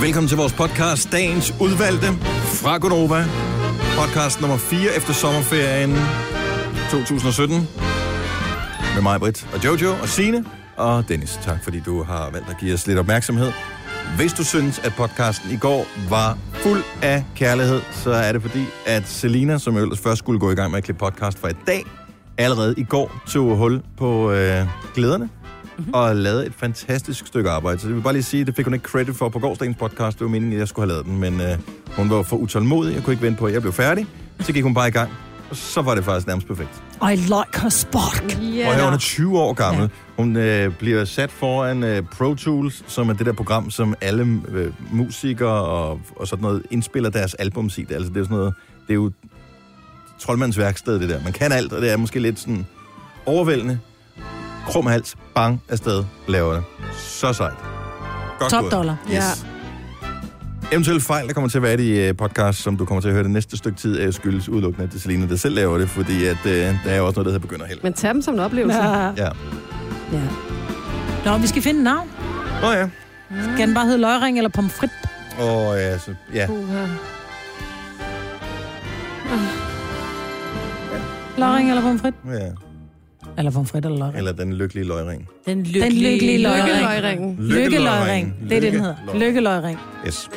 Velkommen til vores podcast, dagens udvalgte fra Gonova. Podcast nummer 4 efter sommerferien 2017. Med mig, Britt og Jojo og Sine og Dennis. Tak fordi du har valgt at give os lidt opmærksomhed. Hvis du synes, at podcasten i går var fuld af kærlighed, så er det fordi, at Selina, som ellers først skulle gå i gang med at klippe podcast for i dag, allerede i går tog hul på øh, glæderne mm-hmm. og lavede et fantastisk stykke arbejde. Så det vil bare lige sige, det fik hun ikke credit for på gårdsdagens podcast. Det var meningen, at jeg skulle have lavet den, men øh, hun var for utålmodig. Jeg kunne ikke vente på, at jeg blev færdig. Så gik hun bare i gang, og så var det faktisk nærmest perfekt. I like her spark. Og her, hun er Yeah. 20 år gammel. Hun øh, bliver sat foran øh, Pro Tools, som er det der program, som alle øh, musikere og, og sådan noget indspiller deres albums i. Det, er altså, det er jo sådan noget, det er jo troldmandens værksted, det der. Man kan alt, og det er måske lidt sådan overvældende. Krum hals, bang, afsted, laver det. Så sejt. Godt Top gået. dollar. Yes. Eventuelle fejl, der kommer til at være i øh, podcast, som du kommer til at høre det næste stykke tid, øh, skyldes udelukkende, at det er Selina, der selv laver det, fordi at, øh, der er jo også noget, der hedder begynder helt. Men tag dem som en oplevelse. Ja. Ja. Ja. Nå, vi skal finde en navn. Nå ja. Skal den bare hedde løgring eller pomfrit? Og ja, så, ja. Uha. Løgring eller pomfrit? ja. Eller pomfrit eller løgring. Eller den lykkelige løgring. Den lykkelige, Den lykkelige løgring. Lykkeløjringen. Lykkeløgring. Det er det, den hedder. Lykke. Lykkeløgring. Yes.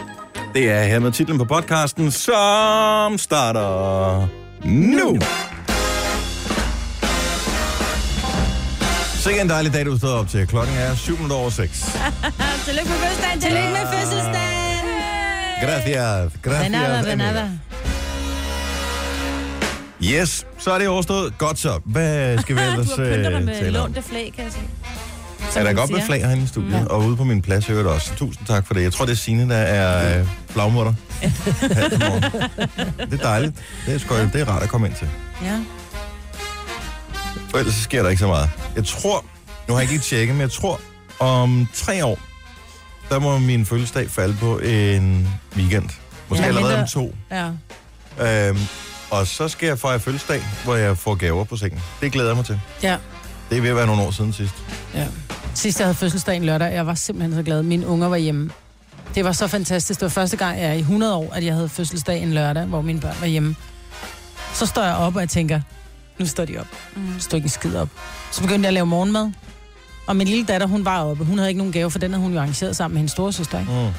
Det er her med titlen på podcasten, som starter nu. Sikke en dejlig dag, du står op til. Klokken er 7 minutter over 6. Tillykke med fødselsdagen. Tillykke med fødselsdagen. Gracias. Gracias. Benada, benada. amiga. Yes, så er det overstået. Godt så. Hvad skal vi Du ellers har pyntet dig øh, med tale om? lånte flag, kan jeg sige. Er der man godt med siger. flag herinde i studiet, ja. og ude på min plads hører det også. Tusind tak for det. Jeg tror, det er Signe, der er øh, flagmutter. Halvt om morgenen. det er dejligt. Det er, sgu, det er rart at komme ind til. Ja. For ellers så sker der ikke så meget. Jeg tror, nu har jeg ikke lige tjekket, men jeg tror, om tre år, der må min fødselsdag falde på en weekend. Måske Ja, ja, allerede om mindre- to. Ja. Øhm, og så skal jeg fejre fødselsdag, hvor jeg får gaver på sengen. Det glæder jeg mig til. Ja. Det er ved at være nogle år siden sidst. Ja. Sidst jeg havde fødselsdag en lørdag, jeg var simpelthen så glad. Mine unger var hjemme. Det var så fantastisk. Det var første gang, jeg er i 100 år, at jeg havde fødselsdag en lørdag, hvor mine børn var hjemme. Så står jeg op, og jeg tænker, nu står de op. Mm. Står ikke en skid op. Så begyndte jeg at lave morgenmad. Og min lille datter, hun var oppe. Hun havde ikke nogen gave, for den havde hun jo arrangeret sammen med hendes storesøster. Ikke? Mm.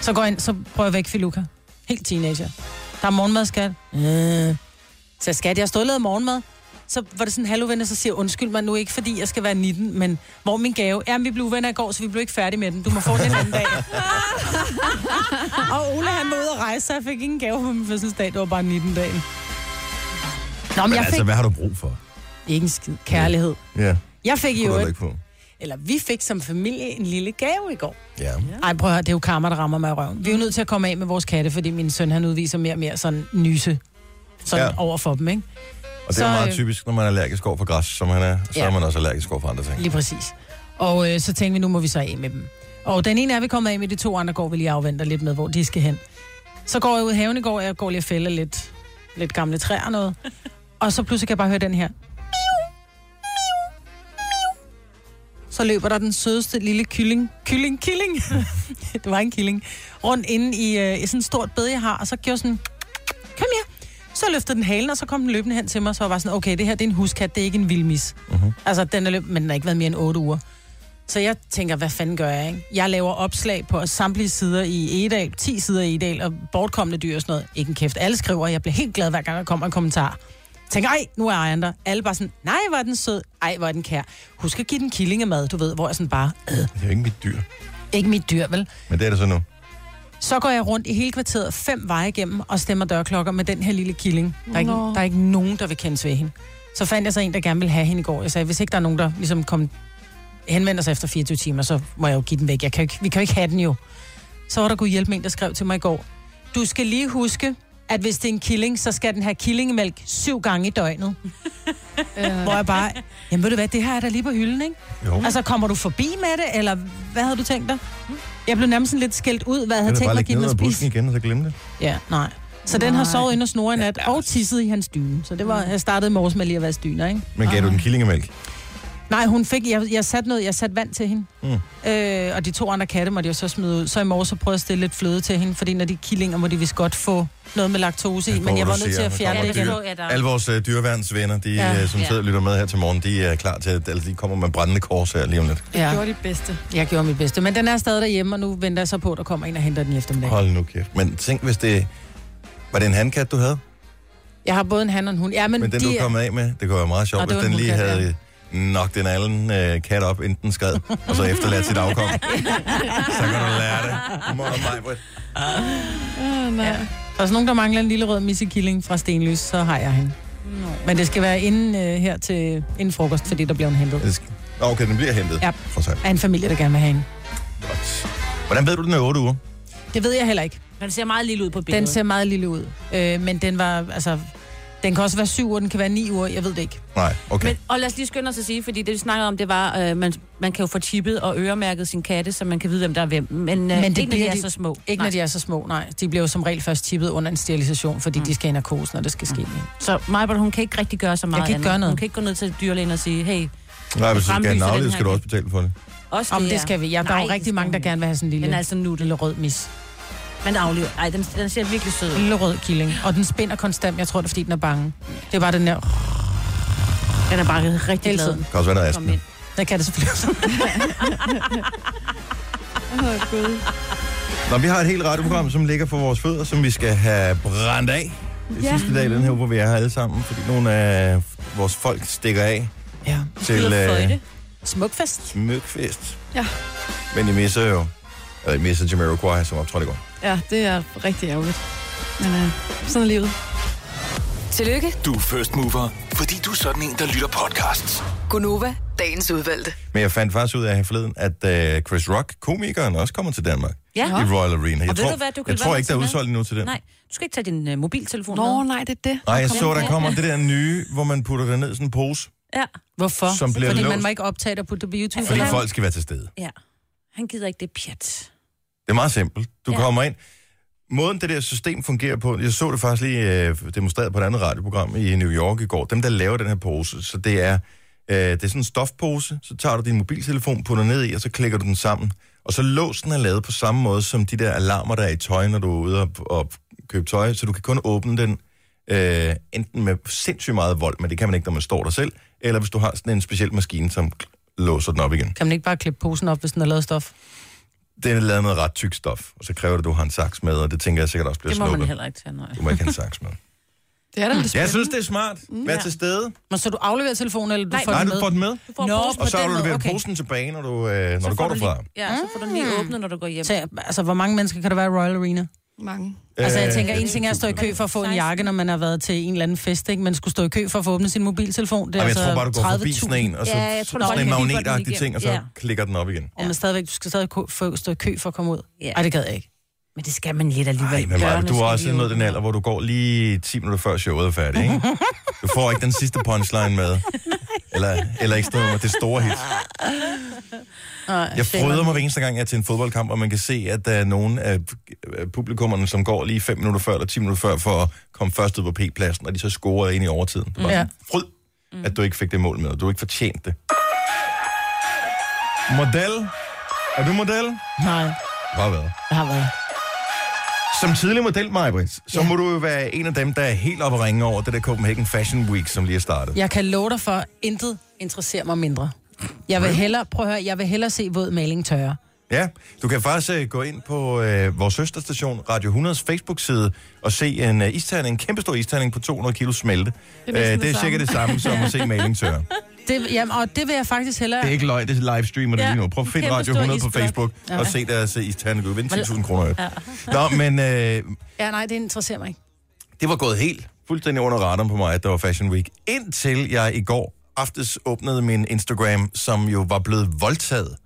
Så går jeg ind, så prøver jeg væk Filuka. Helt teenager. Der er morgenmad, skat. Øh. Så jeg, skat, jeg har stået og lavet morgenmad. Så var det sådan halvuvenner, så siger jeg, undskyld mig nu ikke, fordi jeg skal være 19, men hvor er min gave? Ja, men vi blev uvenner i går, så vi blev ikke færdige med den. Du må få den en anden dag. og Ole, han var ude at rejse, så jeg fik ingen gave på min fødselsdag. Det var bare 19 dagen. Nå, men, Men jeg fik altså, hvad har du brug for? ikke en skid kærlighed. Ja, Jeg fik det jo, kunne du et, ikke på. eller vi fik som familie en lille gave i går. Ja. Ej, prøv at høre, det er jo karma, der rammer mig i røven. Vi er jo nødt til at komme af med vores katte, fordi min søn, han udviser mere og mere sådan nyse sådan Ja. ja. over for dem, ikke? Og det Så, er jo meget øh, typisk, når man er allergisk over for græs, som han er, så Ja. er man også allergisk over for andre ting. Lige præcis. Og øh, så tænkte vi, nu må vi så af med dem. Og den ene er vi kommet af med, de to andre går vi lige og afventer lidt med, hvor de skal hen. Så går jeg ud i haven i går, og jeg går lige og fælder lidt, lidt gamle træer og noget. Og så pludselig kan jeg bare høre den her. Så løber der den sødeste lille kylling. Kylling, killing. det var en killing. Rundt inde i, øh, i sådan et stort bed, jeg har. Og så gjorde jeg sådan, kom her. Så løftede den halen, og så kom den løbende hen til mig. Så var jeg bare sådan, okay, det her det er en huskat, det er ikke en vildmis. Mhm. Altså, den er løb, men den har ikke været mere end 8 uger. Så jeg tænker, hvad fanden gør jeg, ikke? Jeg laver opslag på samtlige sider i Edal, 10 sider i Edal, og bortkommende dyr og sådan noget. Ikke en kæft. Alle skriver, jeg bliver helt glad, hver gang der kommer en kommentar. Tænker, ej, nu er ejeren der. Alle bare sådan, nej, hvor er den sød, ej, hvor er den kær. Husk at give den killingemad, du ved, hvor jeg sådan bare, øh, Det er jo ikke mit dyr, ikke mit dyr, vel? men det er det så nu. Altså, Så går jeg rundt i hele kvarteret fem veje igennem og stemmer dørklokker med den her lille killing. Der er, ikke, Nå. der er ikke nogen, der vil kendes ved hende. Så fandt jeg så en, der gerne ville have hende i går. Jeg sagde, hvis ikke der er nogen, der ligesom kom, henvender sig efter 24 timer, så må jeg jo give den væk. Jeg kan jo ikke, vi kan jo ikke have den jo. Så var der kunne hjælpe med en, der skrev til mig i går. Du skal lige huske, at hvis det er en killing, så skal den have killingemælk syv gange i døgnet. Øh, Hvor jeg bare, jamen ved du hvad, det her er der lige på hylden, ikke? Jo. Altså, kommer du forbi med det, eller hvad havde du tænkt dig? Jeg blev nærmest sådan lidt skældt ud, hvad jeg havde Jeg bare tænkt mig at lægge give den ned at af busken spise. igen, og så glemme det. Ja, nej. Mm. Så den har sovet inde og snore i nat, og tisset i hans dyne. Så det var, jeg startede i morges med lige at være dyner, ikke? Men gav du den killingemælk? Nej, hun fik, jeg, jeg satte noget, jeg satte vand til hende. Mm. Mm. Øh, og de to andre katte måtte jeg så smide ud. Så i morges så prøvede jeg at stille lidt fløde til hende, fordi når de er killinger, må de vist godt få noget med laktose i. Men jeg var nødt til at fjerne det igen. så jeg dig. Alle vores uh, dyreværnsvenner, de, Ja. ja. som Ja. sidder og lytter med her til morgen, de er klar til, at altså, de kommer med brændende kors her lige om lidt. Ja, Gjorde det bedste. jeg gjorde mit bedste. Men den er stadig derhjemme, og nu venter jeg så på, at der kommer en og henter den i eftermiddag. Hold nu kæft. Men tænk, hvis det... Var det en handkat, du havde? Jeg har både en han og en hund. Ja, men, Men den, de du kom af med, det kunne være meget Nå, sjovt, det hvis var den en lige hunkat, havde nok den allen øh, kat op, inden den skred, og så efterladt sit afkom. så kan du lære det. Godmorgen, Maj-Brit. Der er også nogen, der mangler en lille rød missekilling fra Stenlys, så har jeg hende. No. Men det skal være inden øh, her til inden frokost, fordi der bliver hun hentet. Det skal- Nå, Okay, den bliver hentet. Ja. For sig. Af en familie, der gerne vil have hende. Godt. Hvordan ved du, den er 8 uger? Det ved jeg heller ikke. Den ser meget lille ud på Den billedet. ser meget lille ud. Øh, men den var, altså... Den kan også være syv uger, den kan være ni uger, jeg ved det ikke. Nej, okay. Men, og lad os lige skynde os at sige, fordi det vi snakkede om, det var, øh, man, man kan jo få chippet og øremærket sin katte, så man kan vide, hvem der er hvem. Men, øh, Men Men det det ikke, når de bliver er de- så små. Ikke Nej. når de er så små, nej. De bliver jo som regel først tippet under en sterilisation, fordi mm. de skal i narkose, når det skal ske. Mm. Så Majbert, hun kan ikke rigtig gøre så meget kan ikke andet. gøre noget. Hun kan ikke gå ned til dyrlægen og sige, hey, Nej, hvis du skal have den Fremlyser den afledt, her skal du kat. også betale for det. også Om det, det skal vi. Ja, der er jo Nej, rigtig det mange, der skal vi gerne vil have sådan en Den lille, er altså nu, lille rød mis. man aflever. Ej, den, den ser virkelig sød En ud. lille rød killing. Og den spinder konstant. Jeg tror, det er, fordi den er bange. Det er bare den der... Den er bare rigtig Hele glad. tiden. Det kan også være, der er Kom astma. ind. Der kan det selvfølgelig. Åh, oh, gud. Nå, vi har et helt radioprogram, som ligger for vores fødder, som vi skal have brændt af. Det Ja. sidste dag i den her uge, hvor vi er her alle sammen, fordi nogle af vores folk stikker af Ja. til øh, Smukfest. Møgfest. Ja. Men I misser jo, eller I misser Jamiroquai, som optrådte i går. Ja, det er rigtig ærgerligt. Men øh, sådan er livet. Tillykke, Du er first mover, fordi du er sådan en, der lytter podcasts. Gunova, dagens udvalgte. Men jeg fandt faktisk ud af her forleden, at øh, Chris Rock, komikeren, også kommer til Danmark. Ja. I Royal Arena. Jeg ved tror, du hvad, du kunne jeg være tror med ikke, der er til det. udsolgt endnu til den. Nej, du skal ikke tage din øh, mobiltelefon Nå, med. nej, det er det. Nej, jeg så, der kommer det der nye, hvor man putter det ned i sådan en pose, Ja. Hvorfor? Som bliver fordi man låst. må ikke optage det og putte det på YouTube. fordi der er- folk skal være til stede. ja. Han gider ikke det pjat. Det er meget simpelt. Du ja. Ja. kommer ind. Måden det der system fungerer på, jeg så det faktisk lige øh, demonstreret på et andet radioprogram i New York i går, dem der laver den her pose, så det er, øh, det er sådan en stofpose, så tager du din mobiltelefon, putter ned i, og så klikker du den sammen. Og så låsen er lavet på samme måde som de der alarmer, der er i tøj, når du er ude og, og købe tøj, så du kan kun åbne den øh, enten med sindssygt meget vold, men det kan man ikke, når man står der selv, eller hvis du har sådan en speciel maskine, som låser den op igen Kan man ikke bare klippe posen op, hvis den er lavet af stof? det er lavet noget ret tyk stof, og så kræver det, at du har en saks med, og det tænker jeg sikkert også bliver Det må slukket. man heller ikke tage, nej. Du må ikke have en saks med. Det er da lidt Jeg spændende. synes, det er smart. Mm, Vær til stede. Men så du afleverer telefonen, eller du Nej. får Nej, den du med? får den med, Du får Nå, posen, og så den har du måde, leveret okay. posen tilbage, når du, øh, når du går får derfra. Lige, ja, så får du den Mm. lige åbnet, når du går hjem. Så, altså, hvor mange mennesker kan der være i Royal Arena? Mange. Altså, jeg Øh, tænker, en ting er at stå i kø for at få en 16. jakke, når man har været til en eller anden fest, ikke? Man skulle stå i kø for at få åbnet sin mobiltelefon. Det er Jamen, jeg altså tror bare, du går forbi sådan en, og så Ja, jeg tror, du sådan en bare kan kigge på den magnetagtig ting, og så igen. klikker den op igen. Og man stadigvæk, du skal stadig ko- få- stå i kø for at komme ud. Ja. Nej, det gad jeg ikke. Men det skal man lidt alligevel. Ej, men Maja, Dørene du er skal også lige nået den åbne. alder, hvor du går lige 10 minutter før showet er færdigt, ikke? Du får ikke den sidste punchline med. Eller, eller ikke med det store hit. Jeg fryder mig hver eneste gang, jeg er til en fodboldkamp, og man kan se, at der er nogen af af publikummerne, som går lige 5 minutter før eller 10 minutter før, for at komme først ud på P-pladsen, og de så scorer ind i overtiden. Det er bare Ja. fryd, at du ikke fik det mål med, og du ikke fortjente det. Model. Er du model? Nej, Bare været. jeg har været. Som tidlig model, Majbrit, så ja. må du jo være en af dem, der er helt oppe at ringe over det der Copenhagen Fashion Week, som lige er startet. Ja. Jeg kan love dig for, at intet interesserer mig mindre. Jeg vil hellere, prøv at høre, jeg vil hellere se våd maling tørre. ja. Du kan faktisk uh, gå ind på uh, vores søsterstation, Radio 100's Facebook-side, og se en uh, isterning, en kæmpestor isterning på 200 kilo smelte. Det næsten er, det uh, det er cirka samme. det samme som at se maling tørre. Det Det, jamen, og det vil jeg faktisk hellere... er ikke løgn, det er livestreamer det Ja. lige nu. Prøv at finde Kæmpestor Radio 100 på isblok. Facebook ja. og se deres uh, isterning. Du kan vinde 10.000 kroner. Ja. Nå, men uh, Ja, nej, det interesserer mig ikke. det var gået helt fuldstændig under radaren på mig, at der var Fashion Week. Indtil jeg i går aftes åbnede min Instagram, som jo var blevet voldtaget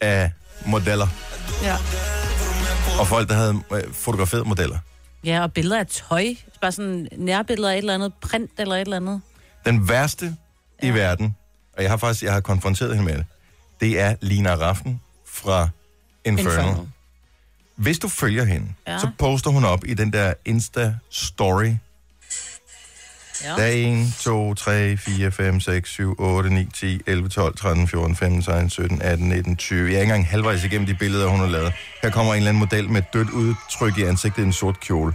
af modeller. Ja. Og folk, der havde øh, fotograferet modeller. Ja, og billeder af tøj. Bare sådan nærbilleder af et eller andet, print eller et eller andet. Den værste ja. i verden, og jeg har faktisk jeg har konfronteret hende med det, det er Lina Raffen fra Inferno. Inferno. Inferno. Hvis du følger hende, ja. Ja. så poster hun op i den der Insta-story. Ja. Der er 1, 2, 3, 4, 5, 6, 7, 8, 9, 10, 11, 12, 13, 14, 15, 16, 17, 18, 19, 20. Jeg er ikke engang halvvejs igennem de billeder, hun har lavet. Her kommer en eller anden model med et dødt udtryk i ansigtet i en sort kjole.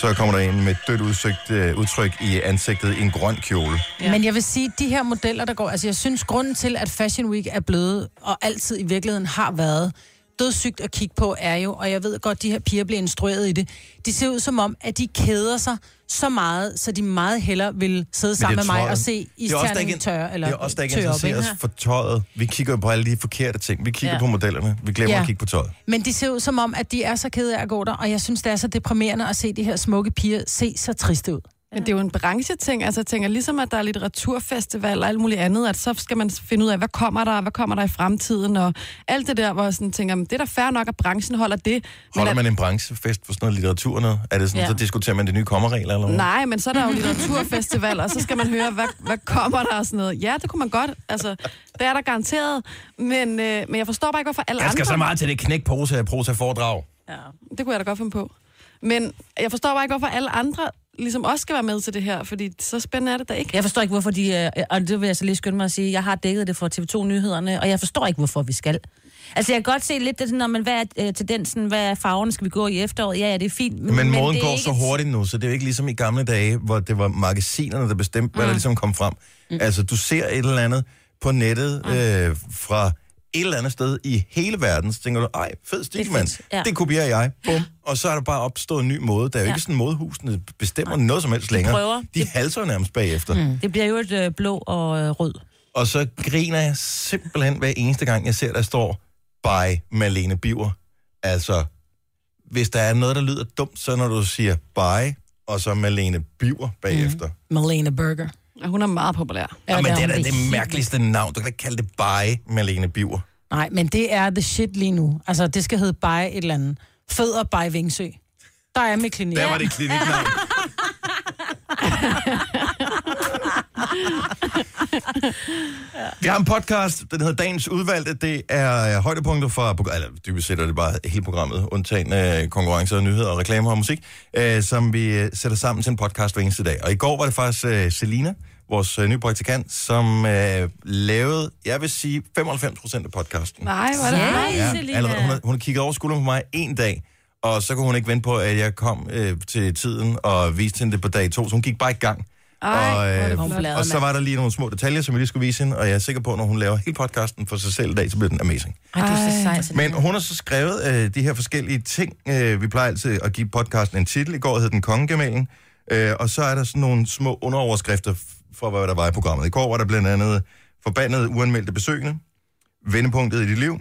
Så kommer der en med et dødt udsigt, øh, udtryk i ansigtet i en grøn kjole. Ja. Men jeg vil sige, de her modeller, der går... Altså, jeg synes, grunden til, at Fashion Week er blevet, og altid i virkeligheden har været, dødssygt at kigge på, er jo, og jeg ved godt, de her piger bliver instrueret i det, de ser ud som om, at de keder sig så meget, så de meget hellere vil sidde sammen med det er mig tøjet. og se Det er også der isterningen ikke- tørre, eller det er også der ikke tø op, interesserer ikke? os for tøjet. Vi kigger jo på alle de forkerte ting. Vi kigger ja. Ja. på modellerne. Vi glemmer ja. Ja. at kigge på tøjet. Men de ser ud som om, at de er så kede af at gå der, og jeg synes, det er så deprimerende at se de her smukke piger se så triste ud. Men det er jo en brancheting. Altså, jeg tænker, ligesom at der er litteraturfestival og alt muligt andet, at så skal man finde ud af, hvad kommer der, og hvad kommer der i fremtiden, og alt det der, hvor jeg sådan tænker, men det er da fair nok, at branchen holder det. Holder at, man en branchefest for sådan noget litteratur? Noget? Er det sådan, ja. Ja. så diskuterer man de nye kommerregler? Eller hvad? Nej, men så er der jo litteraturfestival, og så skal man høre, hvad, hvad kommer der og sådan noget. Ja, det kunne man godt. Altså, det er der garanteret. Men, øh, men jeg forstår bare ikke, hvorfor alle Jeg andre... skal så meget til det knæk prosa, prosa foredrag. Det kunne jeg da godt finde på. Men jeg forstår bare ikke, hvorfor alle andre ligesom også skal være med til det her, fordi så spændende er det da ikke. Jeg forstår ikke, hvorfor de... øh, Og det vil jeg så lige skynde mig at sige. Jeg har dækket det for TV2-nyhederne, og jeg forstår ikke, hvorfor vi skal. Altså, jeg kan godt se lidt det sådan, når man, hvad er øh, tendensen, hvad er farven, skal vi gå i efteråret? Ja, ja, det er fint. Men, men det moden er går ikke så et- hurtigt nu, så det er jo ikke ligesom i gamle dage, hvor det var magasinerne, der bestemte, Mm. hvad der ligesom kom frem. Altså, du ser et eller andet på nettet Ah. øh, fra et eller andet sted i hele verden, så tænker du, ej, fed stil, Det er mand. fedt, ja. Det kopierer jeg. Bum. Og så er der bare opstået en ny måde. Der er jo Ja. ikke sådan, modehusene bestemmer noget som helst længere. prøver. De halser jo nærmest bagefter. Mm. Det bliver jo et øh, blå og øh, rød. Og så griner jeg simpelthen hver eneste gang, jeg ser, der står, by Malene Biver. Altså, hvis der er noget, der lyder dumt, så når du siger by, og så Malene Biver bagefter. Mm. Malena Burger. Og hun er meget populær. Ja, men det er da hun. det mærkeligste navn. Du kan da ikke kalde det by Malene Biver. Nej, men det er the shit lige nu. Altså, det skal hedde Bay et eller andet. Fødder Bay Vingsø. Der er med klinik. Der var det kliniknavn. Vi har en podcast, den hedder Dagens Udvalgte. Det er øh, højdepunkter fra, progr- eller dybest set er det bare hele programmet, undtagen øh, konkurrencer og nyheder og reklamer og musik, øh, som vi øh, sætter sammen til en podcast hver eneste dag. Og i går var det faktisk øh, Selina, vores øh, nye praktikant, som øh, lavede, jeg vil sige, 95% af podcasten. Nej, hvor er det Ja. ja. Hej, Selina. allerede, hun, har- hun har kigget over skulderen på mig en dag, og så kunne hun ikke vente på, at jeg kom øh, til tiden og viste hende det på dag to, så hun gik bare i gang. Ej, hvor og, øh, er det Hun flot. blader, og så mand. var der lige nogle små detaljer, som jeg lige skulle vise hende, og jeg er sikker på, at når hun laver hele podcasten for sig selv i dag, så bliver den amazing. Ej, du er så Ej. sej. Selina. Men hun har så skrevet øh, de her forskellige ting. Øh, vi plejer altid at give podcasten en titel. I går hed den Kongegemalen. Øh, og så er der sådan nogle små underoverskrifter f- for, hvad der var i programmet. I går var der blandt andet forbandet uanmeldte besøgende, vendepunktet i dit liv,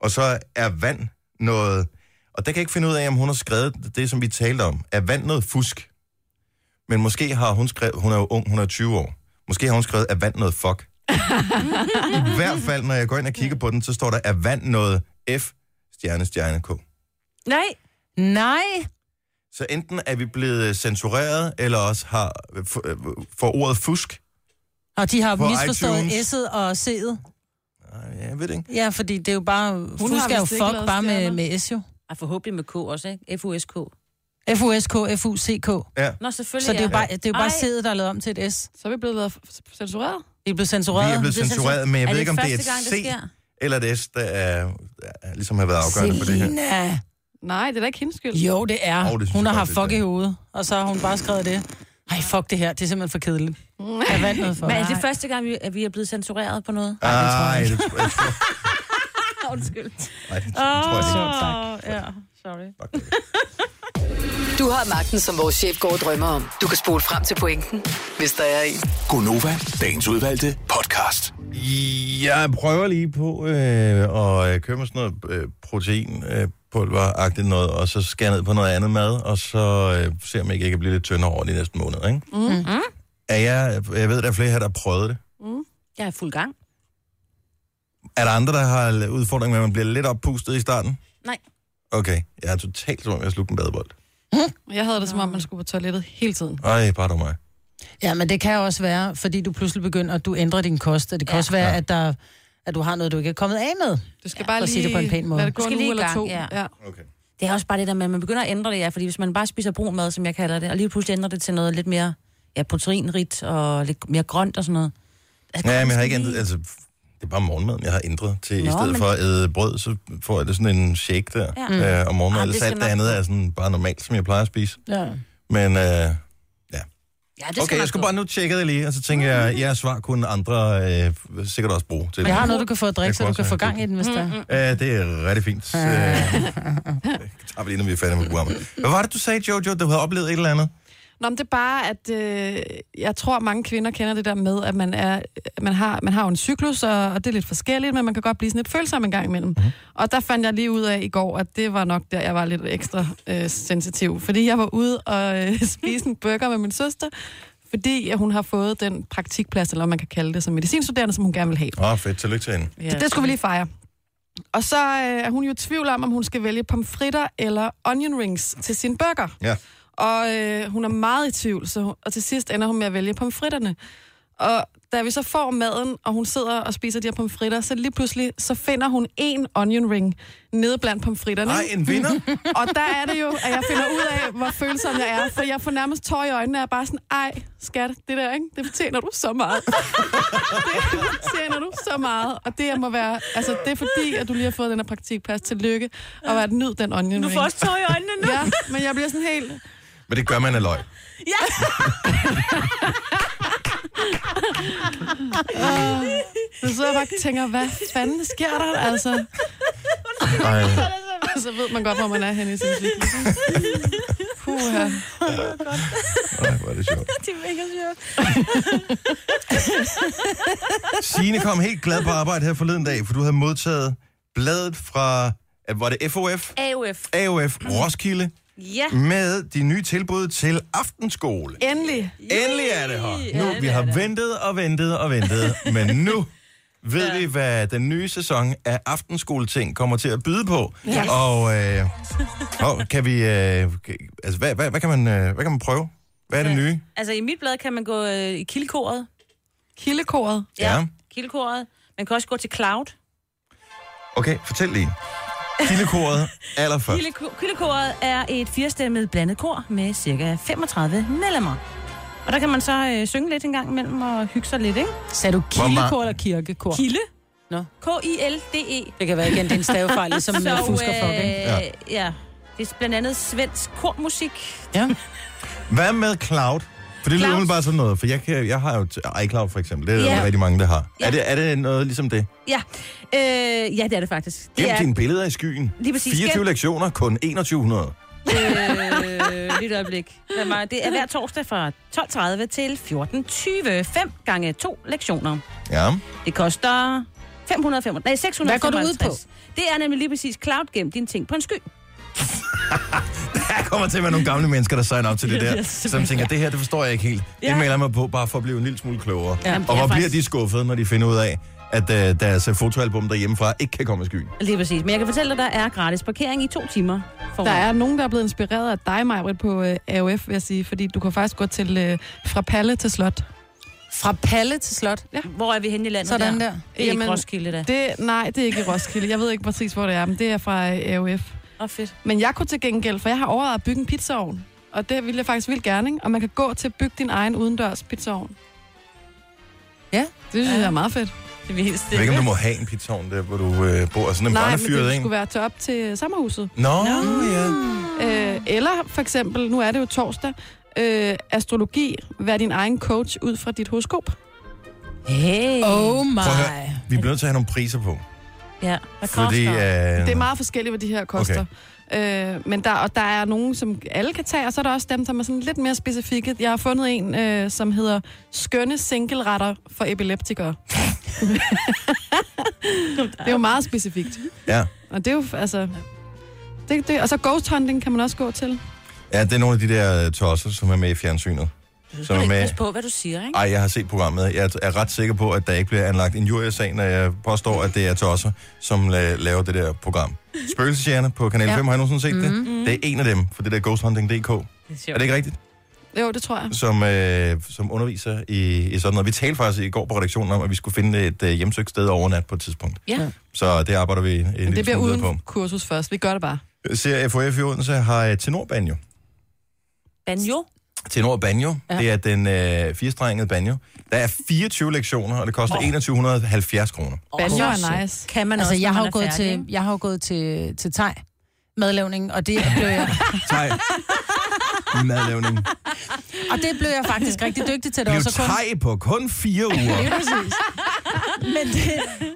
og så er vand noget... Og der kan jeg ikke finde ud af, om hun har skrevet det, som vi talte om. Er vand noget fusk? Men måske har hun skrevet... Hun er jo ung, hun er 20 år. Måske har hun skrevet, er vand noget fuck? I hvert fald, når jeg går ind og kigger på den, så står der, er vand noget F, stjerne, stjerne, K. Nej, Nej, Så enten er vi blevet censureret, eller også har for, for ordet fusk. og de har På misforstået iTunes. S'et og C'et. Ej, Jeg ved det ikke. Ja, fordi det er jo bare... har Fusk er jo vist ikke fuck lavet bare med, stjerner. med S jo. Ej, forhåbentlig med K også, ikke? F-U-S-K. F-U-S-K, F-U-C-K. Nå, selvfølgelig. Så det er jo ja. bare, det er jo bare Ej. C'et, der er lavet om til et S. Så er vi blevet lavet- censureret. De er blevet Vi er censureret. blevet Det er sådan- censureret, men jeg Er ved det ikke, om det er et første gang, C det sker? eller et S, der, er, der ligesom har været afgørende for det her. Selina! Nej, det er da ikke hendes skyld. Jo, det er. Åh, det synes hun jeg godt, har haft det er fuck i det. hovedet, og så har hun bare skrevet det. Ej, fuck det her, det er simpelthen for kedeligt. Jeg vandt noget for. Men er det første gang, vi, at vi er blevet censureret på noget? Ej, det tror jeg ikke. Undskyld. Ej, det tror jeg ikke. ja, sorry. Fuck det. Du har magten, som vores chef går og drømmer om. Du kan spole frem til pointen, hvis der er en. Gonova, dagens udvalgte podcast. Jeg prøver lige på øh, at købe mig sådan noget øh, proteinpulveragtigt noget, og så skære ned på noget andet mad, og så øh, se om jeg ikke kan blive lidt tyndere over de næste måneder, ikke? Mm. Er jeg, jeg ved, der er flere her, der har prøvet det. Jeg er i fuld gang. Er der andre, der har udfordringer med, at man bliver lidt oppustet i starten? Nej. Okay, jeg er totalt som om, jeg har slugt en badebold. Jeg havde det, som om man skulle på toilettet hele tiden. Ej, bare du mig. Ja, men det kan også være, fordi du pludselig begynder, at du ændrer din kost, og det kan ja. også være, at, der, at du har noget, du ikke er kommet af med. Du skal ja, bare for at sige lige det på en pæn måde. lade det gå Du skal en lige uge i eller gang, to. ja. Ja. Okay. Det er også bare det der med, at man begynder at ændre det, ja. Fordi hvis man bare spiser brun mad, som jeg kalder det, og lige pludselig ændrer det til noget lidt mere ja, proteinrigt og lidt mere grønt og sådan noget. Altså, Ja, men jeg har grønt ikke skal ændret, lige- altså, det er bare morgenmaden, jeg har ændret til. Nå, I Nå, stedet men... men- for at æde brød, så får jeg det sådan en shake der ja. Ja. øh, om morgenen. Ah, Ellers det alt skal det nok- andet er sådan bare normalt, som jeg plejer at spise. Ja. Men øh, Ja, det skal okay, nok jeg skulle gå. bare nu tjekke det lige, og så tænker jeg, jeres svar kunne andre øh, sikkert også bruge. Til Jeg har det. noget, du kan få at drikke, så du kan få gang i den, hvis der er. Øh, det er rigtig fint. Øh, det tager vi lige, når vi er færdige med programmet. Hvad var det, du sagde, Jojo, du havde oplevet et eller andet? Nå, men det er bare, at øh, jeg tror, at mange kvinder kender det der med, at man, er, man, har, man har jo en cyklus, og, og det er lidt forskelligt, men man kan godt blive sådan lidt følsom en gang imellem. Mm. Og der fandt jeg lige ud af i går, at det var nok der, jeg var lidt ekstra øh, sensitiv. Fordi jeg var ude og øh, spise en burger med min søster, fordi at hun har fået den praktikplads, eller hvad man kan kalde det, som medicinstuderende, som hun gerne vil have. Åh, oh, fedt. Tillykke til hende. Ja. Det, det skulle vi lige fejre. Og så øh, er hun jo i tvivl om, om hun skal vælge pomfritter eller onion rings til sin burger. Ja. Og øh, hun er meget i tvivl, så hun, og til sidst ender hun med at vælge pomfritterne. Og da vi så får maden, og hun sidder og spiser de her pomfritter, så lige pludselig, så finder hun en onion ring nede blandt pomfritterne. Nej, en vinder? Og der er det jo, at jeg finder ud af, hvor følsom jeg er. For jeg får nærmest tår i øjnene, og jeg er bare sådan, ej, skat, det der, ikke? det fortjener du så meget. det fortjener du så meget. Og det må være, altså det er fordi, at du lige har fået den her praktikplads. Tillykke, og at nyd den onion Du ring. får også tår i øjnene nu. Ja, men jeg bliver sådan helt... Men det gør man af løg. Ja. Så sidder jeg bare og tænker, hvad fanden sker der, altså? Ej. Og så ved man godt, hvor man er henne i sin liv. Puha. Ej, hvor er det sjovt. det er mega sjovt. Signe kom helt glad på arbejde her forleden dag, for du havde modtaget bladet fra, øh, var det FOF? AUF. AOF Roskilde Ja. med de nye tilbud til aftenskole. Endelig. Endelig er det her. Nu, Ja, vi det er har det. ventet og ventet og ventet, men nu ved vi, hvad den nye sæson af aftenskoleting kommer til at byde på. Yes. Og, øh, og kan vi, øh, kan- altså, hvad, hvad, hvad, kan man, øh, hvad kan man prøve? Hvad er det nye? Altså, i mit blad kan man gå øh, i kildekoret. Kildekoret. Ja. Kildekoret. Man kan også gå til cloud. Okay, fortæl lige. Kildekoret allerførst. Kilde- Kildekoret er et firestemmet blandet kor med cirka 35 medlemmer. Og der kan man så øh, synge lidt en gang imellem og hygge sig lidt, ikke? Sagde du Hvor meget- kildekor eller kirkekor? Kilde. Nå. K-I-L-D-e. Det kan være igen, det er en stavefejl, ligesom Så, man fusker for, ikke? ja. ja. Det er blandt andet svensk kormusik. Ja. Hvad med cloud? For det lyder Cloud. umiddelbart sådan noget, for jeg, kan, jeg har jo t- iCloud for eksempel, det er der Ja. rigtig mange, der har. Ja. Er, det, er det noget ligesom det? Ja, øh, ja det er det faktisk. Gem Det er, dine billeder i skyen. Lige præcis. 24 Gem- lektioner, kun 2100. øh, lige et øjeblik. Lad mig- Det er hver torsdag fra 12.30 til 14.20. 5 gange 2 lektioner. Ja. Det koster 505, nej, 655. Hvad går du ud på? Det er nemlig lige præcis cloud gem dine ting på en sky. Der kommer til at være nogle gamle mennesker, der signer op til det Ja, det der, er som simpelthen- tænker, det her, det forstår jeg ikke helt. Det Ja. melder jeg mig på, bare for at blive en lille smule klogere. Jamen, det Og er hvor bliver faktisk- de skuffede, når de finder ud af, at øh, deres øh, fotoalbum derhjemmefra ikke kan komme i skyen. Lige præcis. Men jeg kan fortælle dig, der er gratis parkering i to timer. For Der er nogen, der er blevet inspireret af dig, Majbrit, på øh, AOF, vil jeg sige. Fordi du kan faktisk gå til øh, fra palle til slot. Fra palle til slot. Hvor er vi henne i landet Sådan der. Det er Jamen, ikke Roskilde, da. Det, nej, det er ikke i Roskilde. Jeg ved ikke præcis, hvor det er, men det er fra øh, AOF. Åh, fedt. Men jeg kunne til gengæld, for jeg har overvejet at bygge en pizzaovn. Og det ville jeg faktisk vildt gerne, ikke? Og man kan gå til at bygge din egen udendørs pizzaovn. Ja. Det synes jeg er meget fedt. Det er vi helt Jeg ved stille. ikke, om du må have en pizzaovn der, hvor du øh, bor. Sådan en Nej, men brændefyret, det ikke? skulle være til op til sommerhuset. Nå, ja. Øh, eller for eksempel, nu er det jo torsdag, øh, astrologi, vær din egen coach ud fra dit horoskop. Hey. Oh my. Prøv at høre. Vi bliver nødt til at have nogle priser på. Ja, hvad Fordi, øh, koster? Det er meget forskelligt, hvad de her koster. Okay. Øh, men der, og der er nogen, som alle kan tage, og så er der også dem, som er sådan lidt mere specifikke. Jeg har fundet en, øh, som hedder Skønne singleretter for epileptikere. det er jo meget specifikt. Ja. Og det er jo, altså... Det, det, og så ghost hunting kan man også gå til. Ja, det er nogle af de der øh, tosser, som er med i fjernsynet. Som er med... Pas på, hvad du siger, ikke? Ej, jeg har set programmet. Jeg er ret sikker på, at der ikke bliver anlagt en juriesag, når jeg påstår, at det er tosser, som la- laver det der program. Spøgelsesjerne på Kanal 5, har jeg nogensinde set det? Det er en af dem for det der ghosthunting.dk. Det Er det ikke rigtigt? Jo, det tror jeg. Som, øh, som underviser i, i sådan noget. Vi talte faktisk i går på redaktionen om, at vi skulle finde et øh, hjemsøgt sted overnat på et tidspunkt. Ja. Så det arbejder vi en Men lille det bliver smule videre uden på. kursus først. Vi gør det bare. Ser FOF i Odense har øh, tenorbanjo. Banjo? Tenor banjo. Ja. Det er den øh, firestrengede banjo. Der er 24 lektioner, og det koster 2170 kroner. Banjo er nice. Kan man Altså, også, jeg har, når man jo er gået færdig, til, ikke? jeg har jo gået til, til thai madlavning, og det blev jeg, Nej. Madlavning. og det blev jeg faktisk rigtig dygtig til. Det var Bliv så altså kun teg på kun fire uger. Lige præcis. Men det,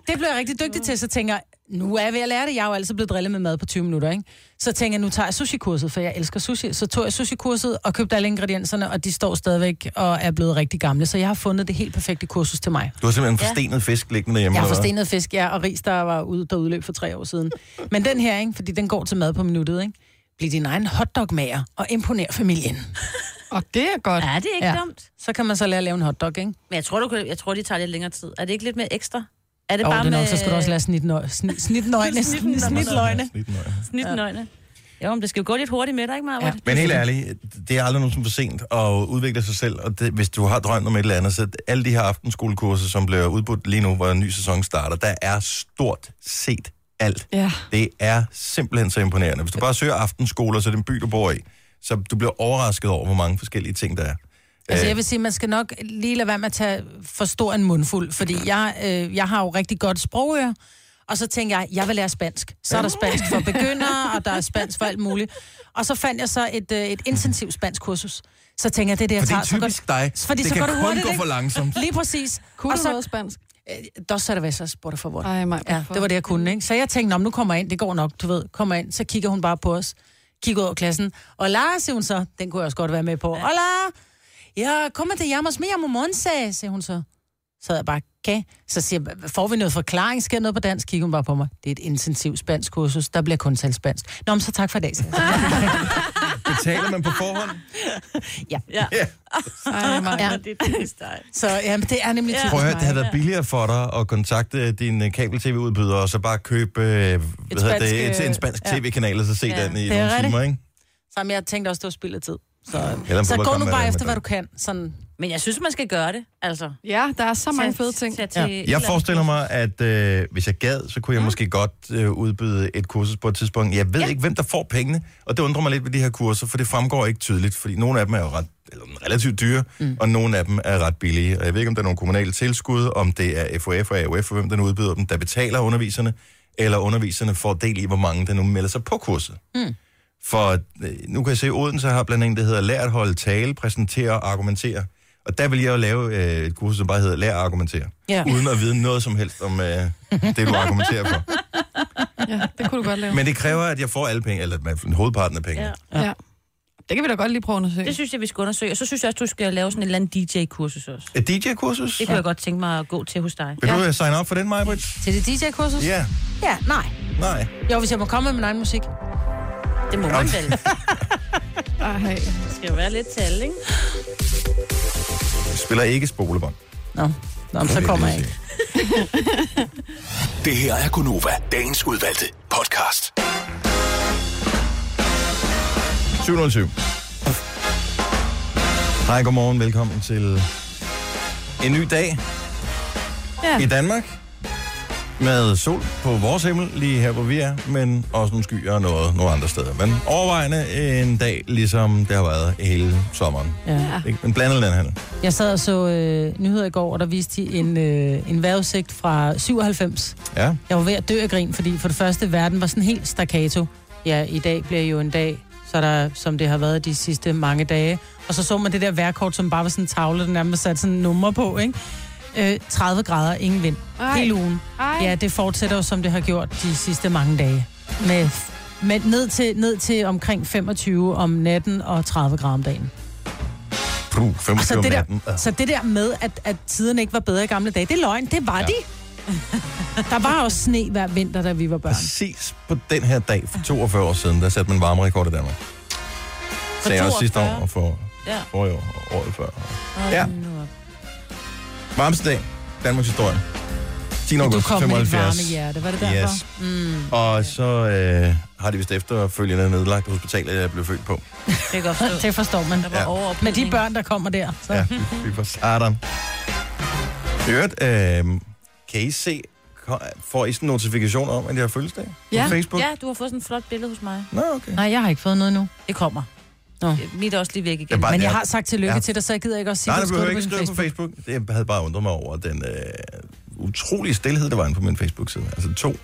det blev jeg rigtig dygtig til, så tænker jeg, nu er jeg ved at lære det. Jeg er jo altid blevet drillet med mad på 20 minutter, ikke? Så tænker jeg, nu tager jeg sushi-kurset, for jeg elsker sushi. Så tog jeg sushi-kurset og købte alle ingredienserne, og de står stadigvæk og er blevet rigtig gamle. Så jeg har fundet det helt perfekte kursus til mig. Du har simpelthen forstenet fisk liggende hjemme. Jeg har eller hvad? forstenet fisk, ja, og ris, der var ude, der udløb for tre år siden. Men den her, ikke? Fordi den går til mad på minuttet, ikke? Bliv din egen hotdogmager og imponer familien. Og det er godt. Ja, det er ikke Ja. dumt. Så kan man så lære at lave en hotdog, ikke? Men jeg tror, du kan, jeg tror, de tager lidt længere tid. Er det ikke lidt mere ekstra? Er det Jo, bare det er med... nok, så skal du også lære snit, nø- snit, snit, nøgne, snit, snit løgne. Altså, Lidt nøje. Snit den øjne. Jo, men det skal jo gå lidt hurtigt med dig, ikke, Maja? Ja. Ja. Men helt ærligt, det er aldrig nogen som for sent at udvikle sig selv, og det, hvis du har drømt om et eller andet, så alle de her aftenskolekurser, som bliver udbudt lige nu, hvor en ny sæson starter, der er stort set alt. Ja. Det er simpelthen så imponerende. Hvis du bare søger aftenskoler, så er det en by, du bor i, så du bliver overrasket over, hvor mange forskellige ting der er. Altså, Øh. jeg vil sige, man skal nok lige lade være med at tage for stor en mundfuld, fordi jeg, øh, jeg har jo rigtig godt sprogøre, og så tænkte jeg, jeg vil lære spansk. Så er der spansk for begyndere, og der er spansk for alt muligt. Og så fandt jeg så et, øh, et intensivt spansk kursus. Så tænker jeg, det er det, jeg For det tager. er typisk så går, dig. Fordi det så kan går det kun hurtigt, gå ikke? for langsomt. Lige præcis. Kunne og du så, noget spansk? øh, Dos cervezas, por favor. Ej, mig. Ja, det var det, jeg kunne, ikke? Så jeg tænkte, "Nå, men nu kommer jeg ind, det går nok, du ved. Kommer jeg ind, så kigger hun bare på os. Kigger ud over klassen. Og Lara, siger hun så, den kunne jeg også godt være med på. Ja. Hola! Ja, kommer til hjemme mere om morgenen, siger hun så. Så jeg bare, okay. Så siger jeg, "Hva- får vi noget forklaring? Sker noget på dansk? Kigger hun bare på mig. Det er et intensivt spansk kursus. Der bliver kun talt spansk. Nå, men så tak for i dag, siger jeg. så. Betaler man på forhånd? Ja. Ja. Ej, mig. Ja. Det er typisk dig. Så ja, men det er nemlig typisk Prøv at høre, det mig. havde været billigere for dig at kontakte din øh, kabel-tv-udbyder, og så bare købe øh, hvad hedder spansk, det, et, øh, en spansk ja. tv-kanal, og så se Ja. den i er nogle rigtigt. timer, ikke? Så men jeg tænkte også, det var spild af tid. Så, Eller en så gå nu fodboldkamp, bare øh, efter, med hvad dig. du kan. Sådan, Men jeg synes, man skal gøre det, altså. Ja, der er så mange fede ting. Tag til et Jeg eller forestiller mig, at øh, hvis jeg gad, så kunne jeg måske godt øh, udbyde et kursus på et tidspunkt. Jeg ved ja. ikke, hvem der får pengene, og det undrer mig lidt ved de her kurser, for det fremgår ikke tydeligt, fordi nogle af dem er jo ret, eller relativt dyre, mm. og nogle af dem er ret billige. Og jeg ved ikke, om der er nogle kommunale tilskud, om det er FOF og AOF, og hvem der nu udbyder dem, der betaler underviserne, eller underviserne får del i, hvor mange der nu melder sig på kurset. For øh, nu kan jeg se, at Odense har blandt andet, der hedder Lær at holde tale, præsentere og argumentere. Og der vil jeg jo lave øh, et kursus, som bare hedder Lær at argumentere. Ja. Uden at vide noget som helst om øh, det, du argumenterer for. Ja, det kunne du godt lave. Men det kræver, at jeg får alle penge, eller i hvert fald hovedparten af pengene. Ja. Ja. Ja. Det kan vi da godt lige prøve at undersøge. Det synes jeg, vi skal undersøge. Og så synes jeg også, du skal lave sådan et eller andet DJ-kursus også. Et DJ-kursus? Det kunne jeg godt tænke mig at gå til hos dig. Vil du øh, signe op for den, Majbrit? til det DJ-kursus? Ja. ja, nej. Nej. Jo, hvis jeg må komme med min egen musik. Det må man vel. Ej. Det skal jo være lidt til alle, ikke? Jeg spiller ikke spolebånd. Nå, Nå men så kommer jeg ikke. Det her er Gunova, dagens udvalgte podcast. 707. Hej, godmorgen. Velkommen til en ny dag Ja. i Danmark. Med sol på vores himmel, lige her hvor vi er, men også nogle skyer og noget nogle andre steder. Men overvejende en dag, ligesom det har været hele sommeren. Ja. Ikke? Men blandet landhandel. Jeg sad og så øh, nyheder i går, og der viste de en, øh, en vejrudsigt fra 97. Ja. Jeg var ved at dø af grin, fordi for det første, verden var sådan helt staccato. Ja, i dag bliver jo en dag, så der, som det har været de sidste mange dage. Og så så man det der vejrkort, som bare var sådan en tavle, der nærmest sat sådan nummer på, ikke? Øh, 30 grader, ingen vind. Ej. Hele ugen. Ej. Ja, det fortsætter jo, som det har gjort de sidste mange dage. Med, med ned, til, ned til omkring 25 om natten og 30 grader om dagen. Puh, Så 25 om Altså, det, natten. Altså, der, så det der med, at, at tiderne ikke var bedre i gamle dage, det er løgn. Det var ja. de. Der var også sne hver vinter, da vi var børn. Præcis på den her dag for 42 år siden, der satte man varmerekord i Danmark. Sagde jeg også sidste år 42? og for Ja. forrige år og året før. Ja. Varmeste dag. Danmarks historie. 10 Men du august kom med et 75. varme hjerte. Var det derfor? Yes. Mm, og så øh, har de vist efterfølgende nedlagt hospitalet, jeg blev født på. Det kan jeg godt forstå. Det forstår man. Der var Ja. overophedning. Med de børn, der kommer der. Så. Ja, vi- vi får starter. I øvrigt, øh, kan I se, får I sådan en notifikation om, at jeg har fødselsdag? Ja. På Facebook? Ja, du har fået sådan et flot billede hos mig. Nå, okay. Nej, jeg har ikke fået noget nu. Det kommer. Nå. Mit er også lige væk igen. er bare- Men jeg Ja. har sagt tillykke Ja. til dig, så jeg gider ikke også sige, Nej, at det du behøver skriver jeg ikke skrive det på min på Facebook. Facebook. Det havde bare undret mig over den øh, utrolige stillhed, der var inde på min Facebook-side. Altså to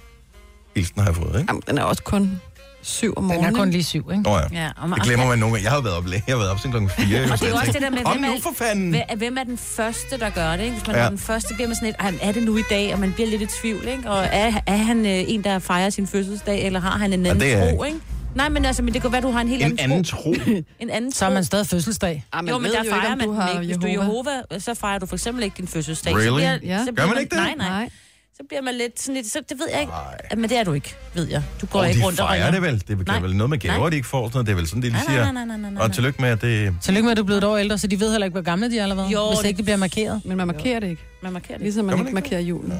hilsen har jeg fået, ikke? Jamen, den er også kun syv om Den morgenen. er kun ikke? lige syv, ikke? Nå ja. Ja, og, man, Det glemmer man nogle gange. Jeg har været op, læ- jeg har været op siden klokken 4. og det er jo også det der med, Om hvem nu for fanden! er, hvem- hvem er den første, der gør det? Ikke? Hvis man Ja. ja. er den første, bliver man sådan lidt, "Ej, men er det nu i dag? Og man bliver lidt i tvivl, ikke? Og er, er han øh, en, der fejrer sin fødselsdag, eller har han en anden det er jeg tro, ikke? Nej, men altså, men det kan være, du har en helt En anden, anden tro. tro. En anden Så har tro. man stadig fødselsdag. Ej, man jo, men "Ah, ved der ikke, fejrer om Ah, man den ikke. Hvis du er Jehova. Jehova, så fejrer du for eksempel ikke din fødselsdag. Really? Så Ja. så Gør man ikke det? Nej, nej. Nej. Så bliver man lidt sådan lidt, så det ved jeg ikke. Nej. Men det er du ikke, ved jeg. Du går Og ikke de rundt og ringer. fejrer det vel. Det Nej. kan vel noget med gaver, Nej. de ikke får. Sådan noget. Det er vel sådan, det de Nej, nej, siger. nej, nej, nej, nej, nej. Og tillykke med, at det... Tillykke med, at du er blevet et år ældre, så de ved heller ikke, hvor gamle de er allerede. Jo, hvis det det- ikke det bliver markeret. Men man markerer det ikke. Man markerer det. Ligesom man, Gør man ikke ikke markerer julen.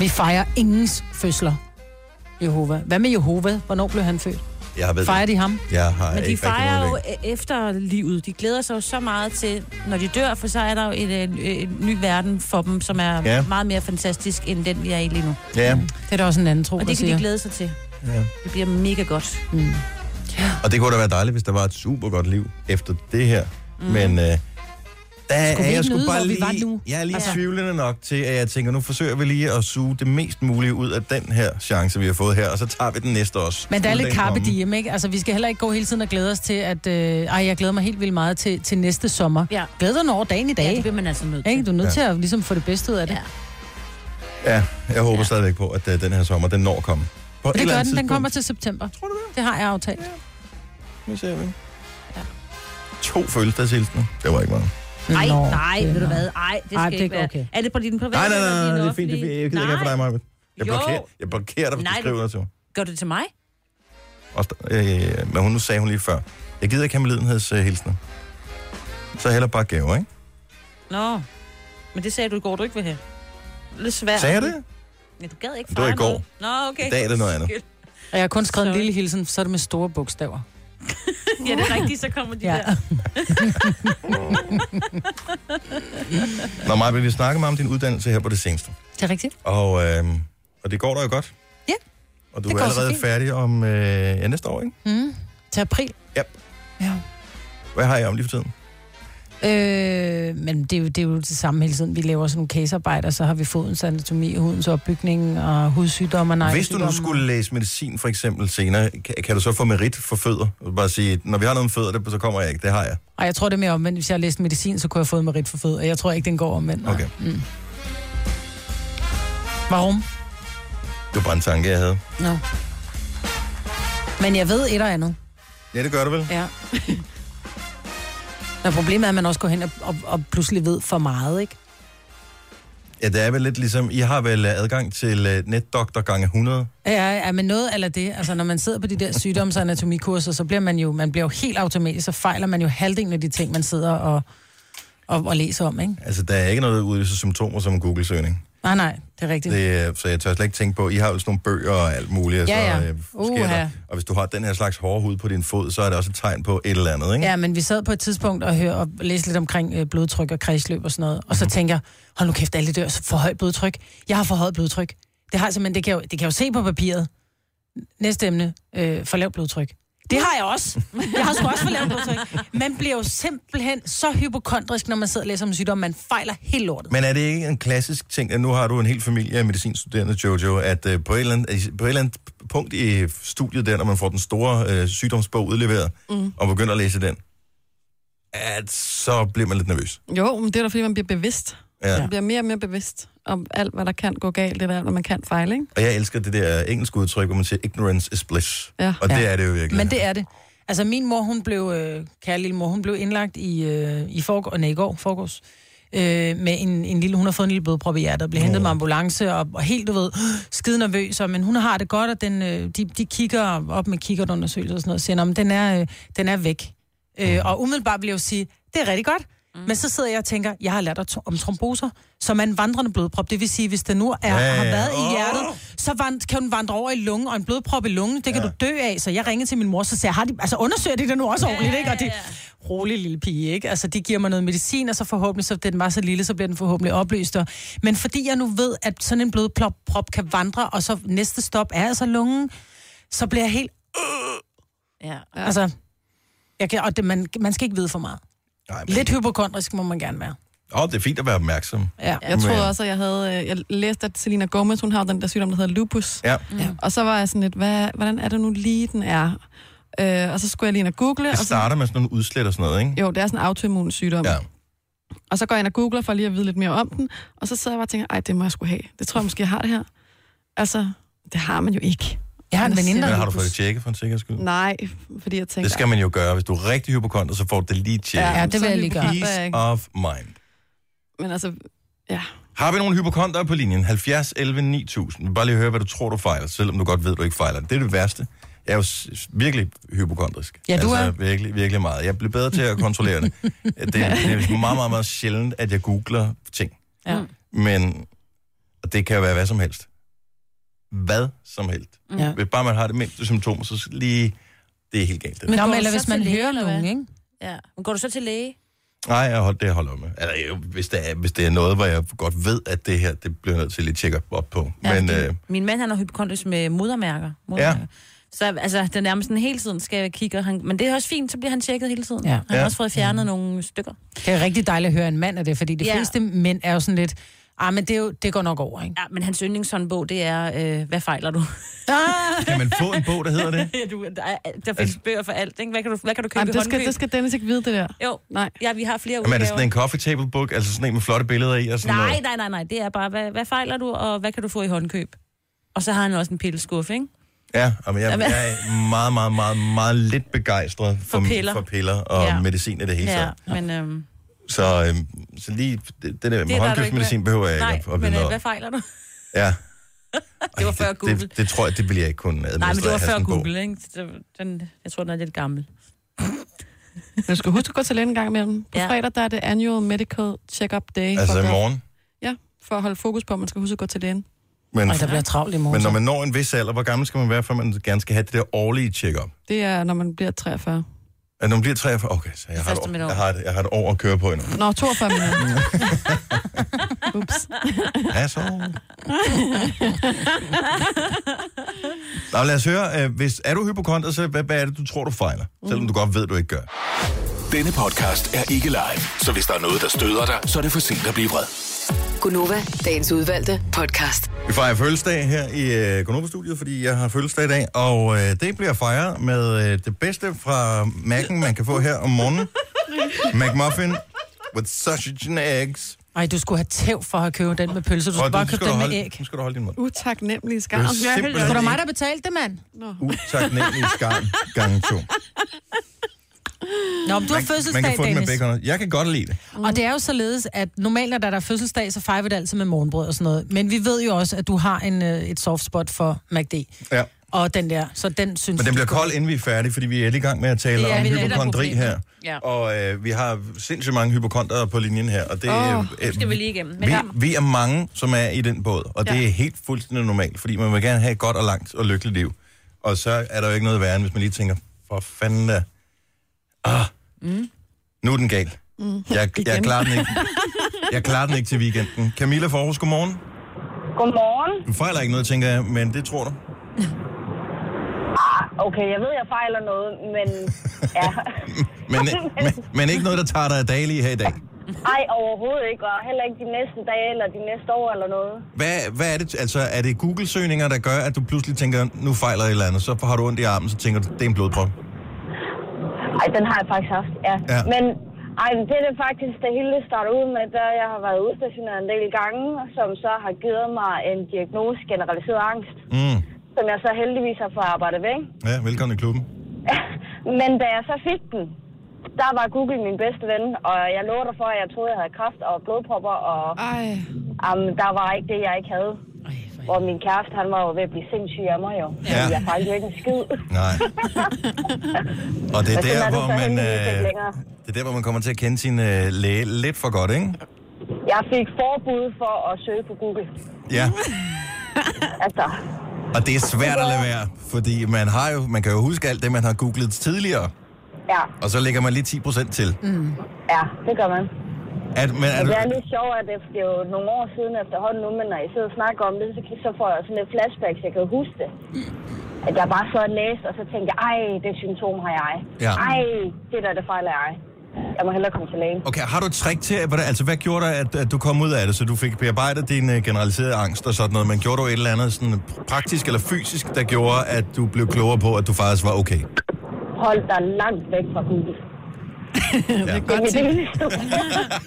Vi fejrer ingens fødsler. Jehova. Hvad med Jehova? Hvornår blev han født? Jeg har ved Fejrer de ham? Jeg har Men ikke de rigtig fejrer noget jo e- idé. efter livet. De glæder sig jo så meget til, når de dør, for så er der jo en, en, en ny verden for dem, som Ja. er ja. meget mere fantastisk, end den, vi er i lige nu. Ja, Det er da også en anden tro, Og der det kan de siger. glæde sig til. Ja. Det bliver mega godt. og det kunne da være dejligt, hvis der var et super godt liv efter det her. Men øh, der Skulle er Mm. vi jeg ikke sgu nyde, bare hvor vi var lige, nu? jeg er lige altså. Altså. tvivlende nok til, at jeg tænker, nu forsøger vi lige at suge det mest mulige ud af den her chance, vi har fået her, og så tager vi den næste også. Men der er Skulle lidt den carpe komme. diem, ikke? Altså, vi skal heller ikke gå hele tiden og glæde os til, at... Øh, ej, jeg glæder mig helt vildt meget til, til næste sommer. Ja. Glæder dig nu over dagen i dag. Ja, det bliver man altså nødt Ikke? til. Du er nødt Ja. ja. til at ligesom, få det bedste ud af det. Ja. Ja. Ja, jeg håber ja. stadigvæk på, at øh, den her sommer, den når at komme. På Og det gør den. Den kommer til september. Tror du det? Det har jeg aftalt. Nu ser vi. Ja. To fødselsdagshilsene. Det var ikke meget. Ej, Nå, nej, det er ved du nok. hvad? Ej, det skal Ej, Ej, det det er ikke være. ikke okay. Er det på din private? Nej, nej, eller nej, din nej, det er fint. Det er fint. Jeg gider ikke have for dig, Maja. Jeg Jo. blokerer, jeg blokerer dig, hvis Nej, du det- skriver noget til mig. offentlige? Gør du det til mig? Også, øh, men hun nu sagde hun lige før, jeg gider ikke have medlidenhedshilsene. Så heller bare gaver, ikke? Nå, men det sagde du i går, du ikke vil have. Lidt svært. Sagde jeg det? Ja, du gad ikke Det var i fejre går. noget. Nå, okay. I dag er det noget andet. Og jeg har kun skrevet en Sorry. lille hilsen, så er det med store bogstaver. Ja, det er rigtigt, så kommer de Ja. ja. der. Nå, Maja, vi snakker meget om din uddannelse her på det seneste. Det er rigtigt. Og, øh, og det går dig jo godt. Ja, Og du det er går så allerede fint. færdig om øh, ja, næste år, ikke? Mm. Til april. Ja. Ja. Hvad har jeg om lige for tiden? Øh, men det er, jo, det er jo det samme hele tiden. Vi laver sådan nogle casearbejder, så har vi fodens anatomi, hudens opbygning og hudsygdomme og Hvis du nu neglersygdomme. skulle læse medicin for eksempel senere, kan, kan du så få merit for fødder? Og Bare sige, når vi har noget om fødder, det, så kommer jeg ikke. Det har jeg. Og jeg tror, det er mere omvendt. Hvis jeg har læst medicin, så kunne jeg have fået merit for fødder. Jeg tror ikke, den går omvendt. nej. Okay. Mm. Varum? Det var bare en tanke, jeg havde. Nå. No. Men jeg ved et og andet. Ja, det gør du vel? Ja. Men problemet er, at man også går hen og, og, og pludselig ved for meget, ikke? Ja, det er vel lidt ligesom, I har vel øh, adgang til øh, netdoktor gange 100? Ja, ja, men noget eller det. Altså, når man sidder på de der sygdoms- og anatomikurser, så bliver man jo, man bliver jo helt automatisk, så fejler man jo halvdelen af de ting, man sidder og, og, og læser om, ikke? Altså, der er ikke noget, der udløser symptomer som en Google-søgning. Nej, nej, det er rigtigt. Det, er- så jeg tør slet ikke tænke på, I har jo sådan nogle bøger og alt muligt, og Ja, så øh, ja. sker der. Uha. Og hvis du har den her slags hårde hud på din fod, så er det også et tegn på et eller andet, ikke? Ja, men vi sad på et tidspunkt og, hør, og læste lidt omkring øh, blodtryk og kredsløb og sådan noget, og så tænker jeg, hold nu kæft, alle dør for højt blodtryk. Jeg har for højt blodtryk. Det har jeg simpelthen, det kan jeg, jo- det kan jeg jo se på papiret. Næste emne, øh, for lavt blodtryk. Det har jeg også. Jeg har sgu også for lavt blodtryk. Man bliver jo simpelthen så hypokondrisk, når man sidder og læser om en sygdom, man fejler helt lortet. Men er det ikke en klassisk ting, at nu har du en hel familie af medicinstuderende, Jojo, at øh, på, et eller andet, på et eller andet punkt i studiet der, når man får den store øh, sygdomsbog udleveret, mm. og begynder at læse den, at så bliver man lidt nervøs. Jo, men det er da, fordi man bliver bevidst. Ja. Man bliver mere og mere bevidst om alt, hvad der kan gå galt, eller alt, hvad man kan fejle, ikke? Og jeg elsker det der engelske udtryk, hvor man siger, ignorance is bliss. Ja. Og det Ja. er det jo virkelig. Men det er det. Altså min mor, hun blev, øh, kære lille mor, hun blev indlagt i, øh, i, forgår, nej, i går, forgårs, øh, med en, en lille, hun har fået en lille blodprop i hjertet, og blev hentet med ambulance, og, og helt, du ved, skide nervøs, og, men hun har det godt, og den, øh, de, de kigger op med kikkertundersøgelser og sådan noget, og siger, "Nå, men den er, øh, den er væk. Mhm. Øh, og umiddelbart vil jeg jo sige, det er rigtig godt, mm. men så sidder jeg og tænker, jeg har lært at- om tromboser, som er en vandrende blodprop. Det vil sige, hvis den nu er, Ja, ja, har ja. været i Åh! hjertet, så vand, kan den vandre over i lungen, og en blodprop i lungen, det kan ja. du dø af. Så jeg ringede til min mor, så sagde jeg, har de, altså undersøger de det nu også ordentligt, ikke? Og det, rolig lille pige, ikke? Altså, de giver mig noget medicin, og så forhåbentlig, så den var så lille, så bliver den forhåbentlig opløst. Og, men fordi jeg nu ved, at sådan en blodprop kan vandre, og så næste stop er altså lungen, så bliver jeg helt, Ja. altså, Jeg kan, og det, man, man skal ikke vide for meget. Nej, men, Lidt hypokondrisk må man gerne være. Åh, det er fint at være opmærksom. Ja. Jeg Men- troede også, at jeg havde... øh, Jeg læste, at Selina Gomez, hun har jo den der sygdom, der hedder lupus. Ja. Og så var jeg sådan lidt, hvad, hvordan er det nu lige, den er? Øh, og så skulle jeg lige ind og google. Det og så, starter med sådan nogle udslæt og sådan noget, ikke? jo, det er sådan en autoimmun sygdom. Ja. Og så går jeg ind og googler for lige at vide lidt mere om den. Og så sidder jeg bare og tænker, ej, det må jeg skulle have. Det tror jeg måske, jeg har det her. Altså, det har man jo ikke. Jeg har en Men veninde, siger- Men der har du fået det tjekket for en sikkerheds skyld? Nej, fordi jeg tænker... Det skal man jo gøre. Hvis du er rigtig hypokonder, så får du det lige tjekket. Ja, det vil så jeg lige gøre. hypokonder er jeg Peace ikke. of mind. Men altså, ja. Har vi nogle hypokonder på linjen? 70, 11, 9000. Bare lige høre, hvad du tror, du fejler, selvom du godt ved, du ikke fejler. det. Det er det værste. Jeg er jo s- virkelig hypokondrisk. Ja, du altså, er. virkelig, virkelig meget. Jeg bliver bedre til at kontrollere det. det. Det er meget, meget, meget sjældent, at jeg googler ting. Ja. Men og det kan jo være hvad som helst. Hvad som helst. Mm. Ja. Hvis bare man har det mindste symptom, så lige... Det er helt galt, det der. Men Nå, går men du eller så hvis til man læge, hører eller hvad? nogen, ikke? Ja. Men går du så til læge? Nej, jeg hold, det holder jeg med. Altså, jo, hvis, det er, hvis det er noget, hvor jeg godt ved, at det her, det bliver jeg nødt til at lige tjekke op på. Ja, Men fordi øh, Min mand, han har hypokondrisk med modermærker. modermærker. Ja. Så altså, det er nærmest sådan, hele tiden skal jeg kigge. og Han, men det er også fint, så bliver han tjekket hele tiden. Ja. Ja. Han har Ja. også fået fjernet ja. nogle stykker. Det er rigtig dejligt at høre en mand af det, fordi de Ja. fleste mænd er jo sådan lidt, ah, men det, er jo, det går nok over, ikke? Ja, men hans yndlingshåndbog, det er, øh, hvad fejler du? Ah! kan man få en bog, der hedder det? Ja, du, der, er, der findes altså, bøger for alt, ikke? Hvad kan du, hvad kan du købe Jamen, i det, skal, håndkøb? det skal Dennis ikke vide, det der. Jo, Nej. ja, vi har flere Jamen, er udgaver. det sådan en coffee table book? Altså sådan en med flotte billeder i og sådan Nej, noget? nej, nej, nej. Det er bare, hvad, hvad fejler du, og hvad kan du få i håndkøb? Og så har han også en pilleskuffe, ikke? Ja, jamen, jeg, Jamen. jeg er meget, meget, meget, meget lidt begejstret for, For piller. for piller og ja. Ja. medicin i det hele taget. Ja, men... Øhm, Så, øhm, så lige det, det der med er der, du ikke håndkøbsmedicin ved. behøver jeg ikke nej, at- at vide men øh, noget hvad om. fejler du? Ja. Det var Ej, før Google. Det, det, tror jeg, det ville jeg ikke kunne administrere. Nej, men det var at have før sådan en bog. Google, ikke? Det- Den, jeg tror, den er lidt gammel. Men du skal huske at gå til lægen en gang imellem. På Ja. ja. fredag, der er det annual medical check-up day. Altså for i at- morgen. Ja, for at holde fokus på, at man skal huske at gå til lægen. Men, Ej, der bliver travlt i morgen. men når man når en vis alder, hvor gammel skal man være, før man gerne skal have det der årlige check-up? Det er, når man bliver 43. At når man bliver 43, okay, så jeg har, et, Først om et år- år. jeg, har et, jeg har et år at køre på endnu. Nå, 42 minutter. Ups. Ja, så... Nå, lad os høre, øh, hvis er du hypokonder, så hvad, hvad er det, du tror, du fejler? Selvom du godt ved, du ikke gør. Denne podcast er ikke live, så hvis der er noget, der støder dig, så er det for sent at blive vred. Gunova, dagens udvalgte podcast. Vi fejrer fødselsdag her i øh, Gonova-studiet, fordi jeg har fødselsdag i dag, og øh, det bliver fejret med øh, det bedste fra Mac'en, man kan få her om morgenen. McMuffin with sausage and eggs. Ej, du skulle have tæv for at købe den med pølse. Du Og skulle bare nu købe skal du den med holde- æg. Nu skal du holde din mund. Utaknemmelig Det er skarm. jo Det var da simpelthen mig, der betalte det, mand. utaknemmelig skarn gange to. Nå, men du har Man fødselsdag, kan få den med Dennis. bacon. Jeg kan godt lide det. Og det er jo således, at normalt, når der er fødselsdag, så fejrer vi det altid med morgenbrød og sådan noget. Men vi ved jo også, at du har en, øh, et soft spot for MACD. Ja. Og den der, så den synes Men den vi- bliver kold, inden vi er færdige, fordi vi er lige i gang med at tale Det er om vi, det er hypokondri problemet. her. Ja. Og øh, vi har sindssygt mange hypokondere på linjen her. Og det, Åh, øh, skal vi lige igennem. Vi, Men- vi er mange, som er i den båd, og det Ja. er helt fuldstændig normalt, fordi man vil gerne have et godt og langt og lykkeligt liv. Og så er der jo ikke noget værre, end hvis man lige tænker, for fanden da. Ah, Mm. nu er den gal. Mm. Jeg, jeg, klarer den ikke. jeg klarer den ikke til weekenden. Camilla Forhus, godmorgen. Godmorgen. Du fejler ikke noget, tænker jeg, men det tror du. Okay, jeg ved, jeg fejler noget, men ja. Men, men, men ikke noget, der tager dig af dag lige her i dag. Ej, overhovedet ikke, og heller ikke de næste dage eller de næste år eller noget. Hvad, hvad er det? Altså, er det Google-søgninger, der gør, at du pludselig tænker, nu fejler jeg et eller andet, så har du ondt i armen, så tænker du, det er en blodprop. Ej, den har jeg faktisk haft, ja. Ja. Men ej, det er det faktisk, det hele det starter ud med, da jeg har været udstationeret en del gange, som så har givet mig en diagnose generaliseret angst, Mm. som jeg så heldigvis har fået arbejdet væk. Ja, velkommen i klubben. Men da jeg så fik den, der var Google min bedste ven, og jeg lover dig for, at jeg troede, jeg havde kræft og blodpropper, og Ej. um, der var ikke det, jeg ikke havde. Og min kæreste, han var jo ved at blive sindssyg af mig jo. Ja. Ja. Jeg fejlede jo ikke en skid. Nej. Og det er Men sådan der, er det hvor så man... heldigvis Øh, ikke længere. det er der, hvor man kommer til at kende sin øh, læge lidt for godt, ikke? Jeg fik forbud for at søge på Google. Ja. Altså, Og det er svært at lade være, fordi man, har jo, man kan jo huske alt det, man har googlet tidligere, ja, og så lægger man lige 10% til. Mm. ja, det gør man. At, men er Men du, det er lidt sjovt, at det er jo nogle år siden efterhånden nu, men når I sidder og snakker om det, så, så får jeg sådan lidt flashbacks, jeg kan huske det. at jeg bare sad og læste, og så tænkte jeg, ej, det symptom har jeg. Ja. Ej, det der, det fejler jeg. Jeg må hellere komme til lægen. Okay, har du et trick til, hvordan, altså hvad gjorde der, at, at du kom ud af det, så du fik bearbejdet din uh, generaliserede angst og sådan noget, men gjorde du et eller andet sådan praktisk eller fysisk, der gjorde, at du blev klogere på, at du faktisk var okay? Hold dig langt væk fra Google. Det er Det er godt mit til. eneste råd.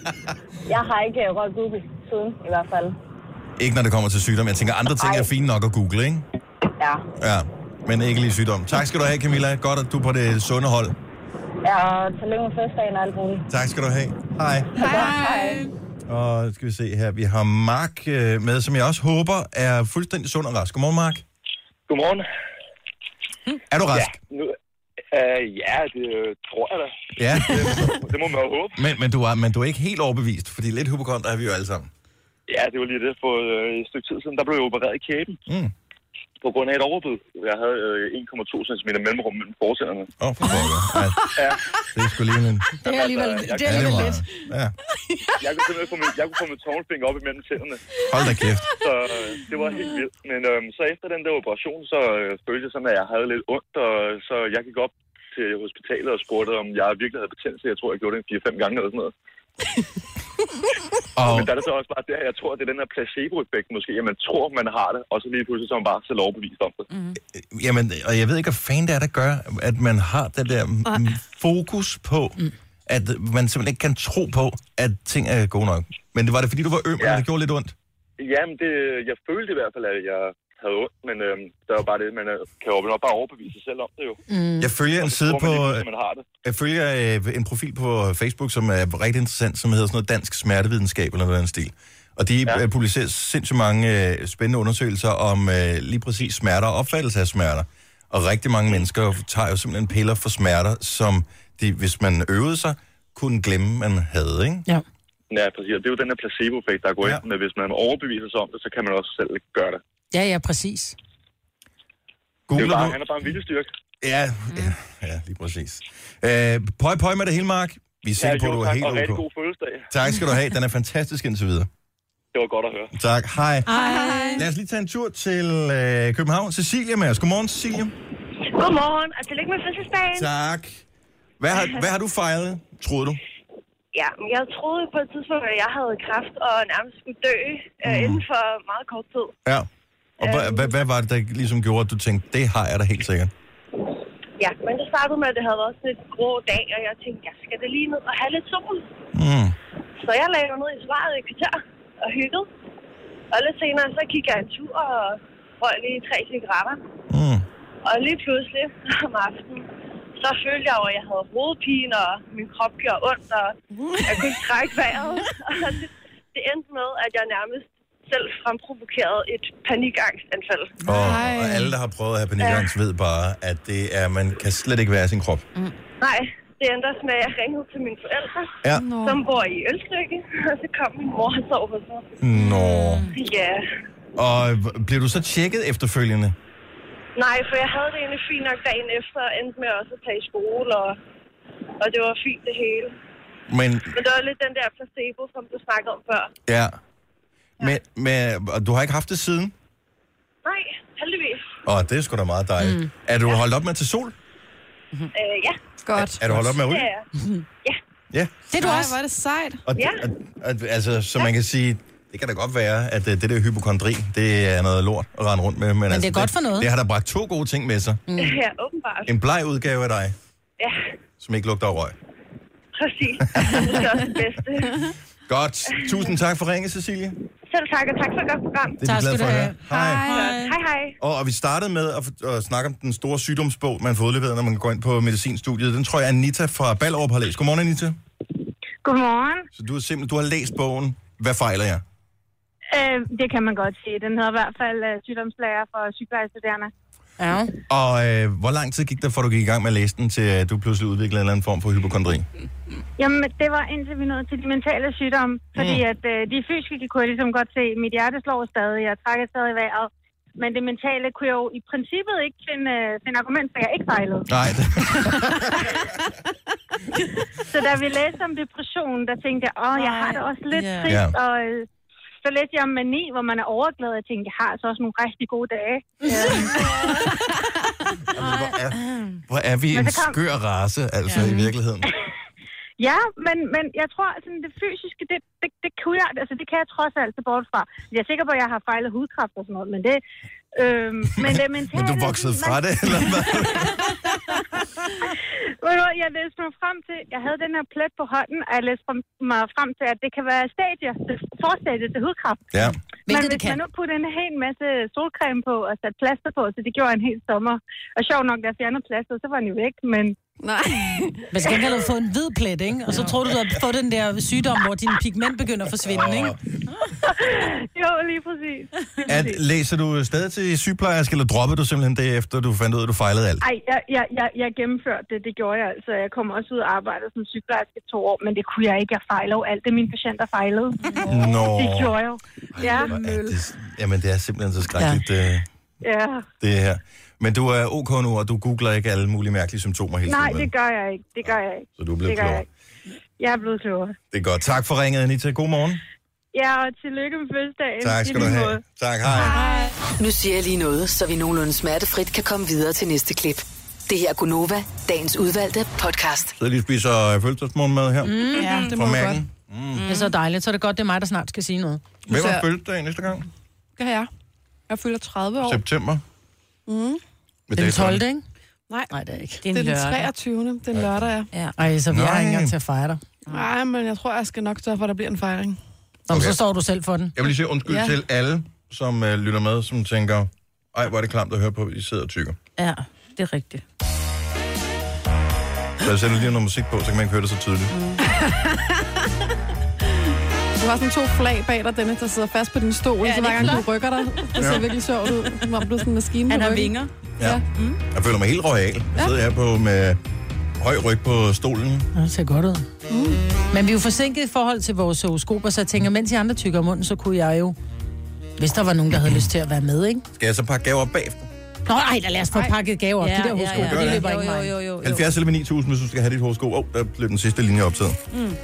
jeg har ikke øh, rørt Google siden, i hvert fald. Ikke når det kommer til sygdom. Jeg tænker, andre ting er Ej. fine nok at google, ikke? Ja, Ja, men ikke lige sygdom. Tak skal du have, Camilla. Godt, at du er på det sunde hold. ja og tillykke med fødselsdagen og alt muligt. Tak skal du have. Hej. Hej. Og skal vi se her. Vi har Mark øh, med, som jeg også håber er fuldstændig sund og rask. Godmorgen, Mark. Godmorgen. Er du rask? Nu, øh, ja, det øh, tror jeg da. Ja. Det må man jo håbe. men, men, du er, men du er ikke helt overbevist, fordi lidt hypokonter er vi jo alle sammen. Ja, det var lige det. For øh, et stykke tid siden, der blev jeg opereret i kæben. Mm. På grund af et overbid. Jeg havde øh, 1,2 cm mellemrum mellem fortænderne. Åh, oh, for pokker. Ja, det er sgu lige en... Det er alligevel, det er Ja, det alligevel var, lidt. ja. Altså, Jeg kunne simpelthen få min, jeg kunne få min tommelfinger op imellem tænderne. Hold da kæft. Så øh, det var helt vildt. Men øh, så efter den der operation, så øh, følte jeg sådan, at jeg havde lidt ondt. Og øh, så jeg gik op til hospitalet og spurgte, om jeg virkelig havde betændelse. Jeg tror, jeg gjorde det 4-5 gange eller sådan noget. Og, Men der er det så også bare der, jeg tror, det er den her placebo-effekt måske, at man tror, man har det, og så lige pludselig så er man bare selv overbevist om det. Mm. jamen, og jeg ved ikke, hvad fanden det er, der gør, at man har det der mm, fokus på, at man simpelthen ikke kan tro på, at ting er gode nok. Men det var det, fordi du var øm, og Ja. det gjorde lidt ondt? Jamen, det, jeg følte i hvert fald, at jeg havde ondt, men øhm, der var bare det, man øh, kan jo nok bare overbevise sig selv om det jo. Mm. Jeg følger en side Hvor man, lige på... øh, pludselig, man har det. Jeg følger øh, en profil på Facebook, som er rigtig interessant, som hedder sådan noget Dansk Smertevidenskab eller noget andet stil. Og de ja. Ja. øh, publicerer sindssygt mange øh, spændende undersøgelser om øh, lige præcis smerter og opfattelse af smerter. Og rigtig mange mennesker tager jo simpelthen piller for smerter, som de, hvis man øvede sig, kunne glemme, man havde, ikke? Ja. Ja, præcis. Og det er jo den her placebo-effekt, der går Ja. ja. ind med, hvis man overbeviser sig om det, så kan man også selv gøre det. Ja, ja, præcis. Det er jo Googler bare, du? han er Mm. bare en viljestyrke. Ja, ja, ja, lige præcis. Øh, pøj, pøj med det hele, Mark. Vi er sikre på, at du er tak, og helt rigtig okay. god fødselsdag. Tak skal du have. Den er fantastisk indtil videre. Det var godt at høre. Tak. Hej. Ej. Lad os lige tage en tur til øh, København. Cecilia med os. Godmorgen, Cecilia. Godmorgen, og tillykke med fødselsdagen. Tak. Hvad har, hvad har du fejret, troede du? Ja, men jeg troede på et tidspunkt, at jeg havde kræft og nærmest skulle dø øh, inden for meget kort tid. Ja. Og hvad, hvad, hvad var det, der ligesom gjorde, at du tænkte, det har jeg da helt sikkert? Ja, men det startede med, at det havde været sådan et grå dag, og jeg tænkte, jeg skal det lige ned og have lidt sol. Mm. Så jeg lagde mig ned i svaret i kvarter og hyggede. Og lidt senere, så gik jeg en tur og røg lige tre cigaretter. Mm. Og lige pludselig om aftenen, så følte jeg jo, at jeg havde hovedpine, og min krop gjorde ondt, og jeg kunne ikke trække vejret. Og det, det endte med, at jeg nærmest selv fremprovokerede et panikangstanfald. Og, og alle, der har prøvet at have panikangst, ved bare, at det er, man kan slet ikke være i sin krop. Nej, det endte også med, at jeg ringede til mine forældre, Ja. Nå. som bor i Ølstykke, og så kom min mor og sov hos mig. Nå. Ja, Og h- blev du så tjekket efterfølgende? nej, for jeg havde det egentlig fint nok dagen efter, og endte med også at tage i skole, og, og det var fint det hele. Men, Men det var lidt den der placebo, som du snakkede om før. ja. Men, men, og du har ikke haft det siden? Nej, heldigvis. Åh, det er sgu da meget dejligt. Mm. Er du holdt op med at tage sol? Øh, ja, Godt. Er du holdt op med at ryge? det er jeg. Ja. Det er du Ej, også. hvor er det sejt. Og, ja. Ja. og, og, altså, så man kan sige, det kan da godt være, at øh, det der hypokondri, det er noget lort at rende rundt med. Men, men altså, det er godt for noget. Det, det har da bragt to gode ting med sig. Mm. Ja, åbenbart. En bleg udgave af dig, Ja, som ikke lugter af røg. præcis. Det er også det bedste. Godt. Tusind tak for ringet, Cecilie. Selv tak, og tak for et godt program. Det er Tak vi glade for skal du at have. høre. Hej. Hej, hej. Og, og vi startede med at, f- at snakke om den store sygdomsbog, man får udleveret, når man går ind på medicinstudiet. Den tror jeg, Anita fra Ballerup har læst. Godmorgen, Anita. Godmorgen. Så du, er simpelthen, du har læst bogen. Hvad fejler jeg? Øh, det kan man godt se. Den hedder i hvert fald øh, sygdomslærer for sygeplejestuderende. Ja. Og øh, hvor lang tid gik der, for du gik i gang med at læse den, til øh, du pludselig udviklede en eller anden form for hypokondri? Jamen, det var indtil vi nåede til de mentale sygdomme, fordi Mm. at øh, de fysiske kunne jeg ligesom godt se, mit hjerte slår stadig, jeg trækker stadig vejret. Men det mentale kunne jeg jo i princippet ikke finde, øh, finde argument, for jeg ikke fejlede. Nej, det, Så da vi læste om depression, der tænkte jeg, åh, jeg har det også lidt Ja. trist, og øh, Så læste jeg om mani, hvor man er overglad og tænkte, jeg har altså også nogle rigtig gode dage. Hvor er vi Men en så kom- skør race, altså, ja. i virkeligheden. Ja, men, men jeg tror, sådan det fysiske, det, det, det, kunne jeg, altså, det kan jeg trods alt se bort fra. Jeg er sikker på, at jeg har fejlet hudkræft og sådan noget, men det... Øhm, men det altså, mentale... Men du voksede fra det, eller hvad? Ved du hvad, jeg læste mig frem til, jeg havde den her plet på hånden, og jeg læste frem- mig frem til, at det kan være stadier, til- forstadier til hudkræft. Ja. Men Hvilket det hvis kan. man nu puttede en hel masse solcreme på og satte plaster på, så det gjorde en hel sommer. Og sjov nok, da jeg fjernede plaster, så var den jo væk, men... Nej. Men skal ikke fået en hvid plet, ikke? Og så tror du, du har fået den der sygdom, hvor din pigment begynder at forsvinde, ikke? jo, lige præcis. Lige At, præcis. læser du stadig til sygeplejerske, eller droppede du simpelthen det, efter du fandt ud af, at du fejlede alt? Ej, jeg, jeg, jeg, jeg gennemførte det. Det gjorde jeg altså. Jeg kom også ud og arbejdede som sygeplejerske i to år, men det kunne jeg ikke. Jeg fejler jo alt det, mine patienter fejlede. Nå. Det gjorde jeg jo. Ja, Er det, jamen, det er simpelthen så skrækkeligt, ja. ja. det her. Men du er ok nu, og du googler ikke alle mulige mærkelige symptomer hele Nej, tiden. vel? det gør jeg ikke. Det gør jeg ikke. Så du er blevet det gør jeg klogere. ikke. Jeg er blevet klogere. Det er godt. Tak for ringet, Anita. God morgen. Ja, og tillykke med fødselsdagen. Tak I skal du lige have. måde. Tak, hej. Nu siger jeg lige noget, så vi nogenlunde smertefrit kan komme videre til næste klip. Det her er Gunova, dagens udvalgte podcast. Så lige spiser øh, fødselsdagsmorgenmad her. Mm, ja, det må Fra du Mac'en. godt. Mm. Det er så dejligt, så er det godt, det er mig, der snart skal sige noget. Hvem har fødselsdag næste gang? Det har jeg. Jeg fylder 30 år. September? Mm. Med datoen. ikke? Nej. Nej, det er ikke. Det er den 23. Den lørdag, ja. Ja. Ej, så vi Nej. har ikke engang til at fejre dig. Nej, men jeg tror, jeg skal nok sørge for, at der bliver en fejring. Nå, men Okay. så står du selv for den. Jeg vil lige sige undskyld ja. Ja. til alle, som øh, lytter med, som tænker, ej, hvor er det klamt at høre på, I sidder og tykker. Ja, det er rigtigt. Så jeg sætter lige noget musik på, så kan man ikke høre det så tydeligt. Du har sådan to flag bag dig, Dennis, der sidder fast på din stol, ja, så hver gang du rykker dig, det ser Ja. virkelig sjovt ud, som om du er sådan en maskine Han på har ryggen. vinger. Ja. ja. Mm. Jeg føler mig helt royal. Jeg sidder her på med høj ryg på stolen. Ja, det ser godt ud. Mm. Men vi er jo forsinket i forhold til vores horoskoper, så jeg tænker, mens I andre tykker om munden, så kunne jeg jo... Hvis der var nogen, der havde lyst til at være med, ikke? Skal jeg så pakke gaver op bagefter? Nå, nej, da lad os få pakket gaver op. Ja, de der horoskoper, ja, ja. det løber jo, ikke jo, mig. jo, jo, jo. 70 eller 9000, hvis du skal have dit horoskop. Åh, oh, der blev den sidste linje optaget. Mm.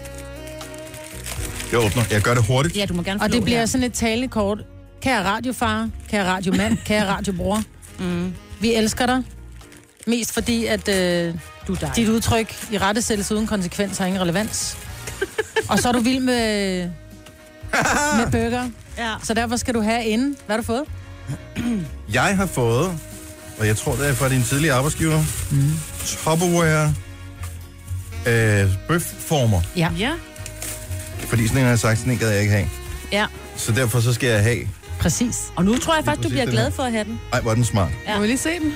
Jeg åbner. Jeg gør det hurtigt. Ja, du må gerne Og det forlade bliver her. sådan et talende kort. Kære radiofar, kære radiomand, kære radiobror. Mm. Vi elsker dig. Mest fordi, at øh, du dejlig. dit udtryk i rette sættes uden konsekvens har ingen relevans. og så er du vild med, med burger. Ja. Så derfor skal du have inden. Hvad har du fået? Jeg har fået, og jeg tror, det er fra din tidligere arbejdsgiver, mm. Tupperware øh, bøfformer. Ja. Ja, Fordi sådan en har jeg sagt, sådan en gad jeg ikke have. ja. Så derfor så skal jeg have... Præcis. Og nu tror jeg faktisk, du præcis bliver det glad der. for at have den. Ej, hvor er den smart. Må vi lige se den?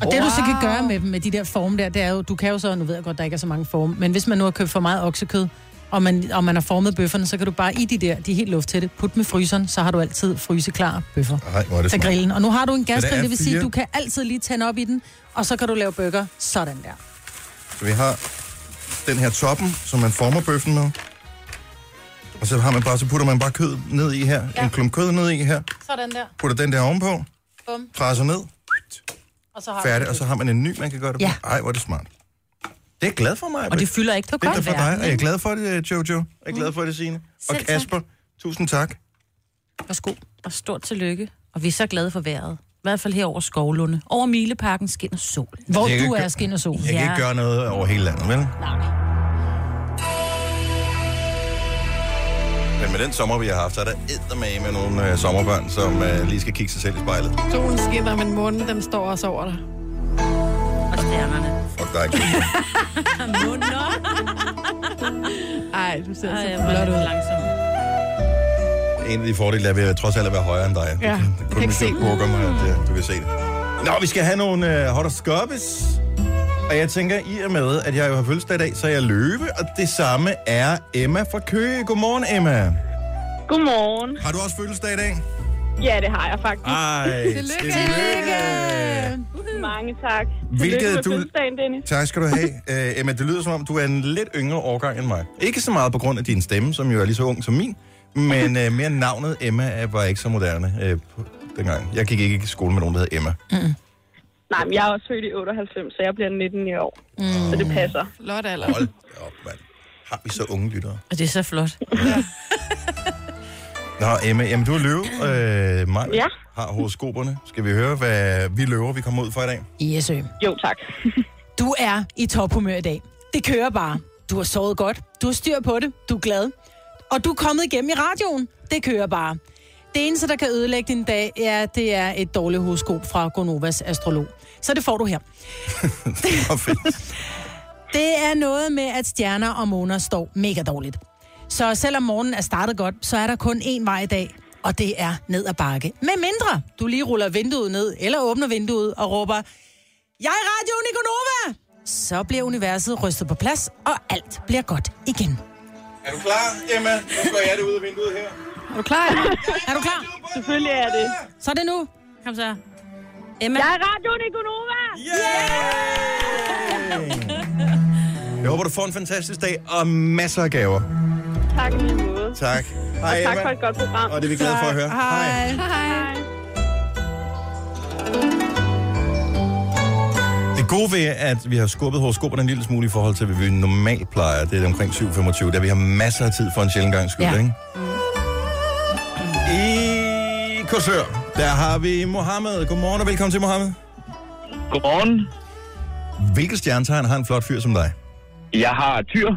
Og det, du så kan Wow. gøre med dem, med de der forme der, det er jo, du kan jo så, nu ved jeg godt, der ikke er så mange forme, men hvis man nu har købt for meget oksekød, og man, og man har formet bøfferne, så kan du bare i de der, de er helt lufttætte, putte dem i fryseren, så har du altid fryseklar bøffer Ej, hvor er det til smart. grillen. Og nu har du en der gasgrill, er det vil sige, fire. du kan altid lige tænde op i den, og så kan du lave burger sådan der. Så vi har den her toppen, som man former bøffen med. Og så har man bare, så putter man bare kød ned i her. Ja. En klump kød ned i her. Sådan der. Putter den der ovenpå. Bum. Presser ned. Og så har Færdig. Og så har man en ny, man kan gøre det på. Ja. Ej, hvor er det smart. Det er jeg glad for mig. Og det fylder ikke på det er godt da for dig. verden, Og jeg er ikke? Mm. glad for det, Jojo. Jeg er glad for det, Signe. Og Selv tak. Kasper, tusind tak. Værsgo. Og stort tillykke. Og vi er så glade for vejret. I hvert fald her over Skovlunde. Over Mileparken skinner sol. Hvor Jeg kan du ikke gø- er skin og sol. Jeg kan ikke gøre noget over hele landet, vel? Nej. Men med den sommer, vi har haft, så er der eddermame med nogle øh, sommerbørn, som øh, lige skal kigge sig selv i spejlet. Solen skinner, men månen, den står også over dig. Og stjernerne. Fuck dig, Jojo. Ej, du ser Ej, så hvor er flot det ud. langsomt. En af de fordele er ved at trods alt at være højere end dig. Det Ja, jeg kun kan ikke mit se den. joke om, at øh, du kan se det. Nå, vi skal have nogle øh, horoskopes. Og jeg tænker, i og med, at jeg jo har fødselsdag i dag, så er jeg løve, og det samme er Emma fra Køge. Godmorgen, Emma. Godmorgen. Har du også fødselsdag i dag? Ja, det har jeg faktisk. Ej, Tillykke. Mange tak. Hvilket Tillykke med du- fødselsdagen, Dennis. Tak skal du have. Øh, Emma, det lyder som om, du er en lidt yngre årgang end mig. Ikke så meget på grund af din stemme, som jo er lige så ung som min, men øh, mere navnet Emma er var ikke så moderne øh, på- dengang. Jeg gik ikke i skole med nogen, der hed Emma. Nej, men jeg er også født i 98, så jeg bliver 19 i år. Mm. Så det passer. Flot alder. Hold da op, mand. Har vi så unge lyttere? Og det er så flot. Nå, Emma, jamen du er løve. Øh, mig Ja. har horoskoperne. Skal vi høre, hvad vi løver, vi kommer ud for i dag? Jesø. Jo, tak. Du er i tophumør i dag. Det kører bare. Du har sovet godt. Du har styr på det. Du er glad. Og du er kommet igennem i radioen. Det kører bare. Det eneste, der kan ødelægge din dag, er, det er et dårligt horoskop fra Gonovas astrolog. Så det får du her. Det er noget med, at stjerner og måner står mega dårligt. Så selvom morgenen er startet godt, så er der kun én vej i dag, og det er ned ad bakke. Med mindre du lige ruller vinduet ned, eller åbner vinduet og råber, Jeg er radioen i Gonova! Så bliver universet rystet på plads, og alt bliver godt igen. Er du klar, Emma? Nu går jeg det ud af vinduet her. Er du klar, Emma? Er du klar? Selvfølgelig er det. Så er det nu. Kom så. Emma. Jeg er radioen i Gunova! Jeg håber, du får en fantastisk dag og masser af gaver. Tak i lige måde. Tak. Hej, Tak for Emma. et godt program. Og det er vi glade for at høre. Hej. Hej. Det gode ved, at vi har skubbet horoskoperne en lille smule i forhold til, hvad vi normalt plejer, det er omkring 7.25, da vi har masser af tid for en sjældent gang skyld, Ja. ja. ikke? I Korsør, der har vi Mohammed. Godmorgen og velkommen til, Mohammed. Godmorgen. Hvilket stjernetegn har en flot fyr som dig? Jeg har tyr.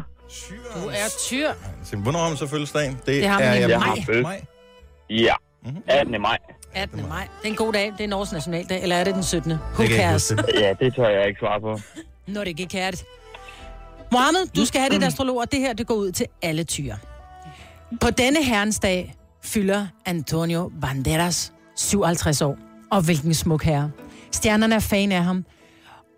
Du er tyr. Se, Hvornår har man så fødselsdagen? Det har man i Jeg maj. har fødsel. maj. Ja, 18. maj. 18. maj. Det er en god dag. Det er Norges nationaldag. Eller er det den 17. Who Det kan jeg ikke cares? huske. Ja, det tør jeg ikke svare på. Når det ikke er det. Mohammed, du skal have dit astrolog, og det her det går ud til alle tyre. På denne herrens dag fylder Antonio Banderas 57 år. Og hvilken smuk herre. Stjernerne er fan af ham.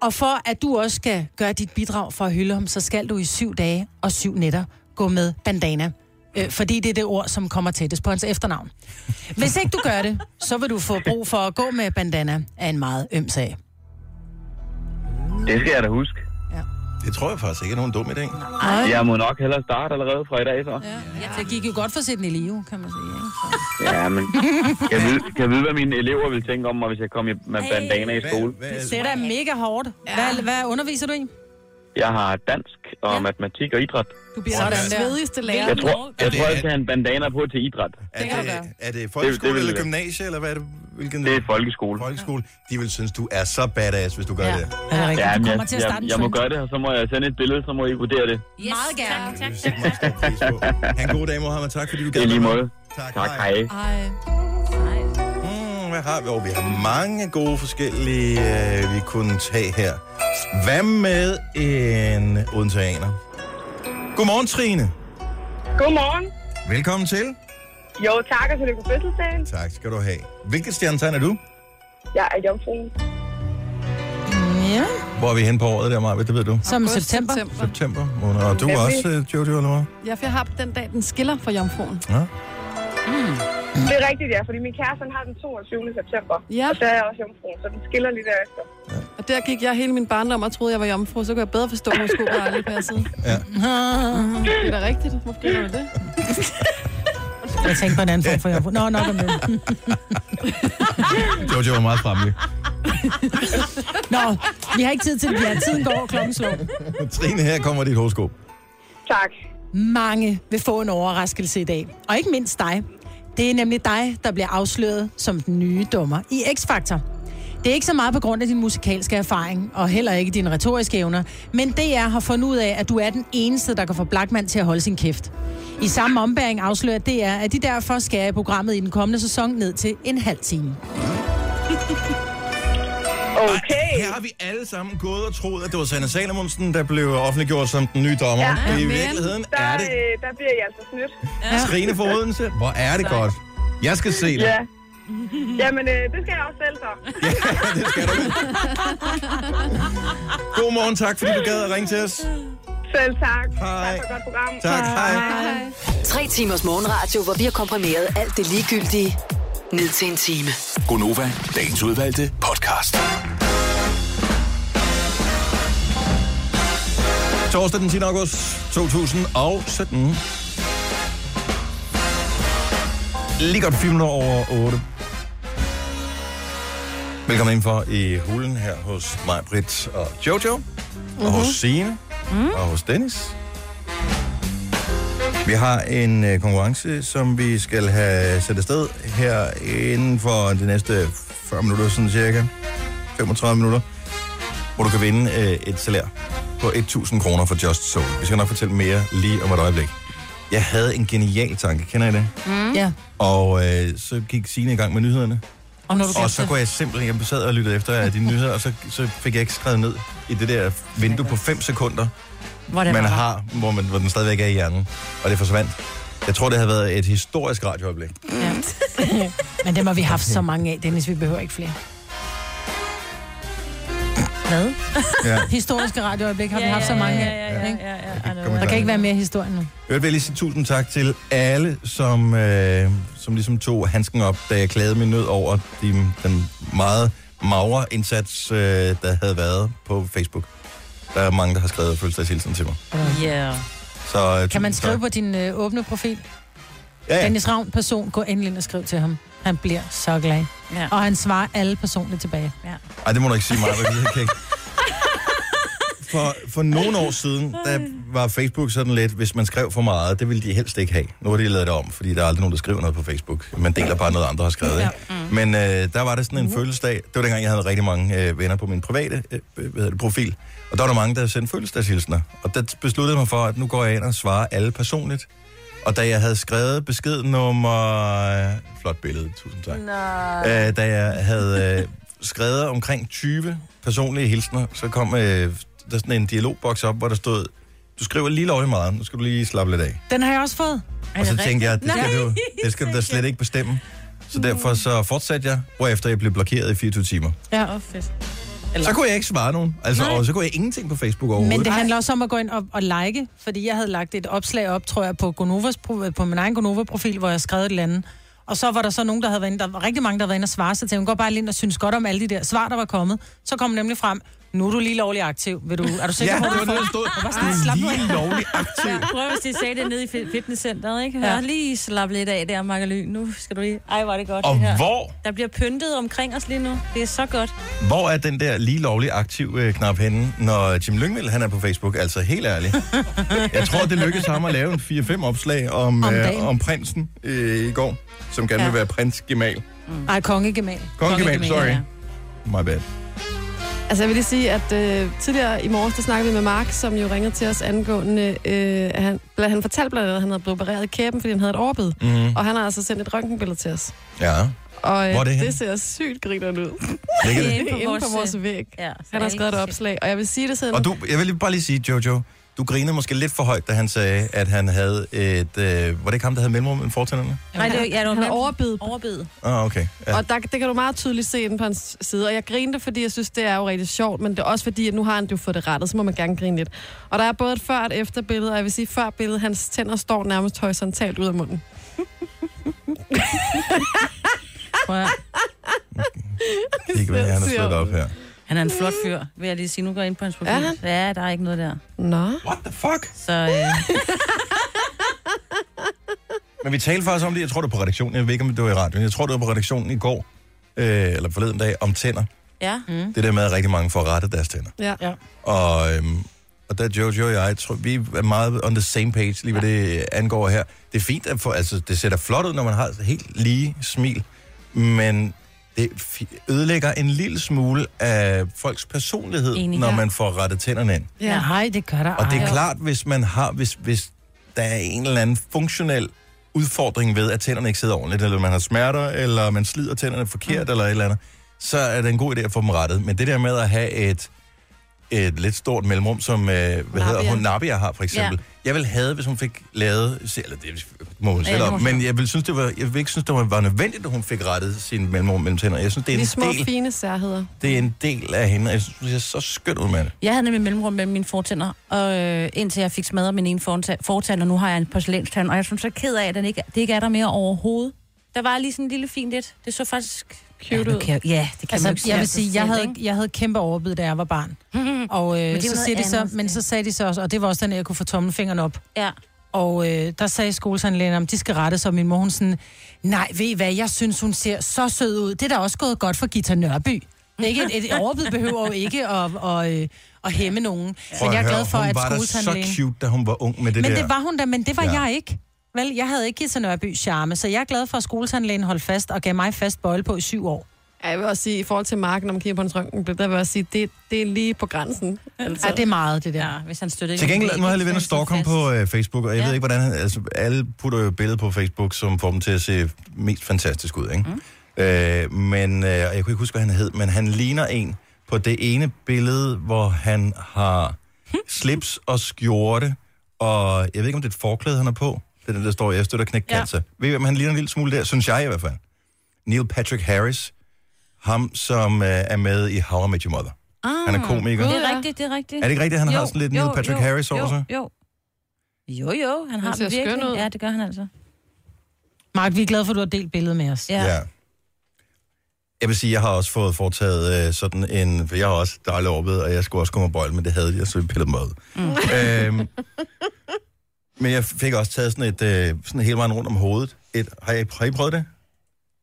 Og for at du også skal gøre dit bidrag for at hylde ham, så skal du i syv dage og syv nætter gå med bandana. Øh, fordi det er det ord, som kommer tættest på hans efternavn. Hvis ikke du gør det, så vil du få brug for at gå med bandana af en meget øm sag. Det skal jeg da huske. Det tror jeg faktisk ikke er nogen dum idé. Jeg må nok hellere starte allerede fra i dag, så. Ja, det gik jo godt for Sidney Leo, kan man sige. Ikke? Så. Ja, men kan jeg vide, kan jeg vide hvad mine elever vil tænke om mig, hvis jeg kom i- med bandana i skole? Det er da mega hårdt. Hvad, hvad underviser du i? Jeg har dansk og matematik og idræt. Du bliver sådan den svedigste lærer. Jeg tror, jeg, det tror, er- jeg skal have en bandana på til Er idræt. det, er det Det- folkeskole det vil eller jeg. gymnasie, eller hvad er det? Hvilken Det er folkeskole. folkeskole? De vil synes, du er så badass, hvis du gør Ja. det. Er det rigtigt? Ja, Du men jeg, kommer til at jeg, starte en jeg må trend. gøre det, og så må jeg sende et billede, så må I vurdere det. Yes, Meget gerne. Tak, tak. Det sætter man stor pris på. Ha' en god dag, Mohammed. Tak, fordi du Det gad. er lige være med. måde. Tak, Tak, hej. Ej. Mm, hvad har vi? Oh, vi har mange gode forskellige, øh, vi kunne tage her. Hvad med en odenseaner? Godmorgen, Trine. Godmorgen. Velkommen til. Jo, tak, og tillykke på fødselsdagen. Tak skal du have. Hvilket stjernetegn er du? Jeg er jomfruen. Ja, Hvor er vi hen på året der, Maja? Det ved du. som August, september. September måned. Og du er også, øh, Jojo, eller hvad? Ja, for jeg har den dag, den skiller fra jomfruen. Ja. Det er rigtigt, ja, fordi min kæreste han har den 22. september. Ja. Og der er jeg også jomfruen, så den skiller lige derefter. Og der gik jeg hele min barndom og troede, jeg var jomfru, så kunne jeg bedre forstå, hvor sko var aldrig på jeres side. Ja. Det Mm-hmm. er da rigtigt. Hvorfor gør du det? Jeg tænkte på en anden form for jomfru. Nå, nok om det. Jojo var meget fremme. Nå, vi har ikke tid til det. Ja, tiden går, klokken slår. Trine, her kommer dit horoskop. Tak. Mange vil få en overraskelse i dag. Og ikke mindst dig. Det er nemlig dig, der bliver afsløret som den nye dommer i X-Factor. Det er ikke så meget på grund af din musikalske erfaring, og heller ikke dine retoriske evner, men DR har fundet ud af, at du er den eneste, der kan få Blackman til at holde sin kæft. I samme ombæring afslører DR, at de derfor skærer programmet i den kommende sæson ned til en halv time. Okay. Her har vi alle sammen gået og troet, at det var Sanne Salomonsen, der blev offentliggjort som den nye dommer. Ja, I virkeligheden Der, er det øh, der bliver jeg altså snydt. Trine for Odense. Hvor er det godt. Jeg skal se det. Ja. Jamen, øh, det skal jeg også selv så. det skal du. God morgen, tak fordi du gad at ringe til os. Selv tak. Hej. Tak for et godt program. Tak, hej. Tre timers morgenradio, hvor vi har komprimeret alt det ligegyldige ned til en time. Gonova, dagens udvalgte podcast. Torsdag den 10. august 2017. Lige godt 4 minutter over 8. Velkommen indenfor i hulen her hos mig, Britt og Jojo. Og hos Signe. Og hos Dennis. Vi har en øh, konkurrence, som vi skal have sat afsted her inden for de næste 40 minutter, sådan cirka 35 minutter, hvor du kan vinde øh, et salær på 1.000 kroner for Just Soul. Vi skal nok fortælle mere lige om et øjeblik. Jeg havde en genial tanke, kender I det? Mm. Ja. Og øh, så gik Signe i gang med nyhederne. Og når du og glemte så det. kunne jeg simpelthen, jeg sad og lyttede efter af dine nyheder, og så, så fik jeg ikke skrevet ned i det der vindue på 5 sekunder, Hvor det man var der. har, hvor, man, hvor den stadigvæk er i hjernen. Og det forsvandt. Jeg tror, det havde været et historisk radiooplæg. Ja. Men dem har vi haft så mange af, Dennis. Vi behøver ikke flere. Hvad? Ja. Historiske radioøjeblik har vi haft så mange af. Ja, ja, ja. ja, ja, komme ja, i Der kan gang. ikke være mere historie nu. Jeg vil jeg lige sige tusind tak til alle, som, øh, som ligesom tog handsken op, da jeg klagede min nød over de, den meget magre indsats, øh, der havde været på Facebook. Der er mange, der har skrevet fødselsdagshilsen til mig. Yeah. Så, øh, Kan man tusind skrive tak. på din øh, åbne profil? Ja, ja. Dennis Ravn, person, gå endelig ind og skriv til ham. Han bliver så glad. Ja. Og han svarer alle personligt tilbage. Ja. Ej, det må du ikke sige mig, for jeg kan ikke. For, for nogle år siden, der var Facebook sådan lidt, hvis man skrev for meget, det ville de helst ikke have. Nu har de lavet det om, fordi der er aldrig nogen, der skriver noget på Facebook. Man deler bare noget, andre har skrevet. Ikke? Men øh, der var det sådan en fødselsdag. Det var dengang, jeg havde rigtig mange øh, venner på min private øh, hvad hedder det, profil. Og der var der mange, der sendte fødselsdagshilsner. Og der besluttede jeg mig for, at nu går jeg ind og svarer alle personligt. Og da jeg havde skrevet besked nummer... Flot billede, tusind tak. Øh, da jeg havde øh, skrevet omkring 20 personlige hilsner, så kom øh, der sådan en dialogboks op, hvor der stod, du skriver lige lovlig meget, nu skal du lige slappe lidt af. Den har jeg også fået. Og så tænkte jeg, det skal, du, det Mm. skal du da slet ikke bestemme. Så derfor så fortsatte jeg, hvorefter jeg blev blokeret i 24 timer. Ja. Åh, fedt. Så kunne jeg ikke svare nogen, altså, og så kunne jeg ingenting på Facebook overhovedet. Men det handler også om at gå ind og, og like, fordi jeg havde lagt et opslag op, tror jeg, på, Gonovas, pro- på min egen Gonova-profil, hvor jeg skrev et eller andet. Og så var der så nogen, der havde været inde, der var rigtig mange, der havde været inde og svare sig til, hun går bare lige ind og synes godt om alle de der svar, der var kommet. Så kom nemlig frem, nu er du lige lovlig aktiv. Vil du, er du sikker Ja, på, det at var du noget, får der stod. Jeg var sådan, Du slap er nu af. lige lovlig aktiv. Prøv hvis de sagde det nede i fit- fitnesscenteret, ikke? Hør, ja. lige slappe lidt af der, Magali. Nu skal du lige... Ej, var det godt, Og det her. hvor, Der bliver pyntet omkring os lige nu. Det er så godt. hvor er den der lige lovlig aktiv øh, knap henne, når Jim Lyngvild han er på Facebook? Altså helt ærligt. Jeg tror, det lykkedes ham at lave en 4-5 opslag om, Om om, dagen. øh, om prinsen øh, i går, som gerne ja. vil være prinsgemal. Nej, kongegemal. Kongegemal, sorry. ja. My bad. Altså jeg vil lige sige, at øh, tidligere i morges, der snakkede vi med Mark, som jo ringede til os angående, øh, at han, bla- han fortalte blandt andet, at han havde blevet opereret i kæben, fordi han havde et overbid. Mhm. Mm. Og han har altså sendt et røntgenbillede til os. Ja. Og øh, Hvor er det henne? det ser sygt grinerende ud. Ligger det? Det er inde på Inde på vores... øh, vores væg. Ja, Han har skrevet et alle- opslag, og jeg vil sige det sidder Og du, jeg vil lige- bare lige sige, Jojo, du grinede måske lidt for højt, da han sagde, at han havde et... Øh, var det ikke ham, der havde mellemrum end fortænderne? Nej, det var, ja, det var Han har mellem- overbid. overbid. Ah, okay. Ja. Og der, det kan du meget tydeligt se inde på hans side. Og jeg grinte, fordi jeg synes, det er jo rigtig sjovt, men det er også fordi, at nu har han det jo fået det rettet, så må man gerne grine lidt. Og der er både et før og et efterbillede, og jeg vil sige, før billede, hans tænder står nærmest horisontalt ud af munden. Prøv at... Det kan være, han har slået det op her. Han er en flot fyr, vil jeg lige sige. Nu går jeg ind på hans profil. Er han? Ja, der er ikke noget der. Nå. What the fuck? Så øh, Men vi talte faktisk om det, jeg tror, det var på redaktionen. Jeg ved ikke, om det var i radioen. Jeg tror, det var på redaktionen i går, øh, eller forleden dag, om tænder. ja. Mm. Det der med, at rigtig mange får rettet deres tænder. Ja. Ja. Og, øhm, og der Jojo og jeg, tror, vi er meget on the same page, lige hvad det angår her. Det er fint, at få, altså, det ser da flot ud, når man har et helt lige smil, men det fi- ødelægger en lille smule af folks personlighed, Enig. når Ja. man får rettet tænderne ind. Ja. Nej, det gør der Og det er ej. klart, hvis man har, hvis, hvis der er en eller anden funktionel udfordring ved, at tænderne ikke sidder ordentligt, eller man har smerter, eller man slider tænderne forkert, mm. eller et eller andet, så er det en god idé at få dem rettet. Men det der med at have et, et lidt stort mellemrum, som øh, hvad hedder hun, Nabia har for eksempel. Ja. Jeg vil have, hvis hun fik lavet, eller det må hun selv det må om, hun men selv. jeg vil, synes, det var, jeg vil ikke synes, det var, var nødvendigt, at hun fik rettet sin mellemrum mellem tænder. Jeg synes, det er, De en små, del, fine særheder. det er en del af hende, og jeg synes, det er så skønt ud med det. Jeg havde nemlig mellemrum mellem mine fortænder, og øh, indtil jeg fik smadret min ene fortand, fortand, og nu har jeg en porcelænstand, og jeg er sådan så ked af, at den ikke, det ikke er der mere overhovedet. Der var lige sådan en lille fin lidt. Det så faktisk Cute ja, ud. okay. Ja, det kan man Altså, jo ikke jeg vil sige sige, sig jeg selv, havde, ikke? jeg havde kæmpe overbid, da jeg var barn. Og øh, det er men, jo så noget siger de så, andet, men ja. så sagde de så også, og det var også den, jeg kunne få tommelfingeren op. Ja. Og øh, der sagde skolesandlægen, om de skal rette sig, og min mor hun sådan, nej, ved I hvad, jeg synes, hun ser så sød ud. Det er da også gået godt for Gita Nørby. Ikke, et, et overbid behøver jo ikke at, at, øh, at hæmme nogen. Prøv Men jeg er høre, glad for, at Hun var da skoletandlægen... så cute, da hun var ung med det Men der. det var hun da, men det var Ja. ja. jeg ikke. Vel, jeg havde ikke Gita Nørby charme, så jeg er glad for, at skoletandlægen holdt fast og gav mig fast bøjle på i syv år. Ja, jeg vil også sige, i forhold til Mark, når man kigger på hans røntgenblik, der vil jeg også sige, det, det er lige på grænsen. Altså. Ja, det er meget, det der. Ja, hvis han støtter Til gengæld må jeg lige vinde Stockholm på øh, Facebook, og jeg ja. ved ikke, hvordan han... Altså, alle putter jo billeder på Facebook, som får dem til at se mest fantastisk ud, ikke? Mm. Øh, men øh, og jeg kunne ikke huske, hvad han hed, men han ligner en på det ene billede, hvor han har slips og skjorte, og jeg ved ikke, om det er et forklæde, han har på. Det er den, der står, jeg støtter knæk Ja. cancer. Ved I, hvem han ligner en lille smule der? Synes jeg i hvert fald. Neil Patrick Harris. Ham, som øh, er med i How I Met Your Mother. Ah, Han er komiker. Det er rigtigt, det er rigtigt. Er det ikke rigtigt, han har sådan lidt Neil Patrick Harris over jo, sig? Jo, jo, jo, han har ser det virkelig. skøn ud. Ja, det gør han altså. øh, Mark, vi er glade for, at du har delt billedet med os. Ja. ja. Jeg vil sige, jeg har også fået foretaget øh, sådan en... For jeg har også dejlig overbid, og jeg skulle også komme og bøjle, men det havde jeg, så vi pillede mig ud. Mm. Øhm, men jeg fik også taget sådan et... Øh, sådan hele vejen rundt om hovedet. Et, har, I, har I prøvet det?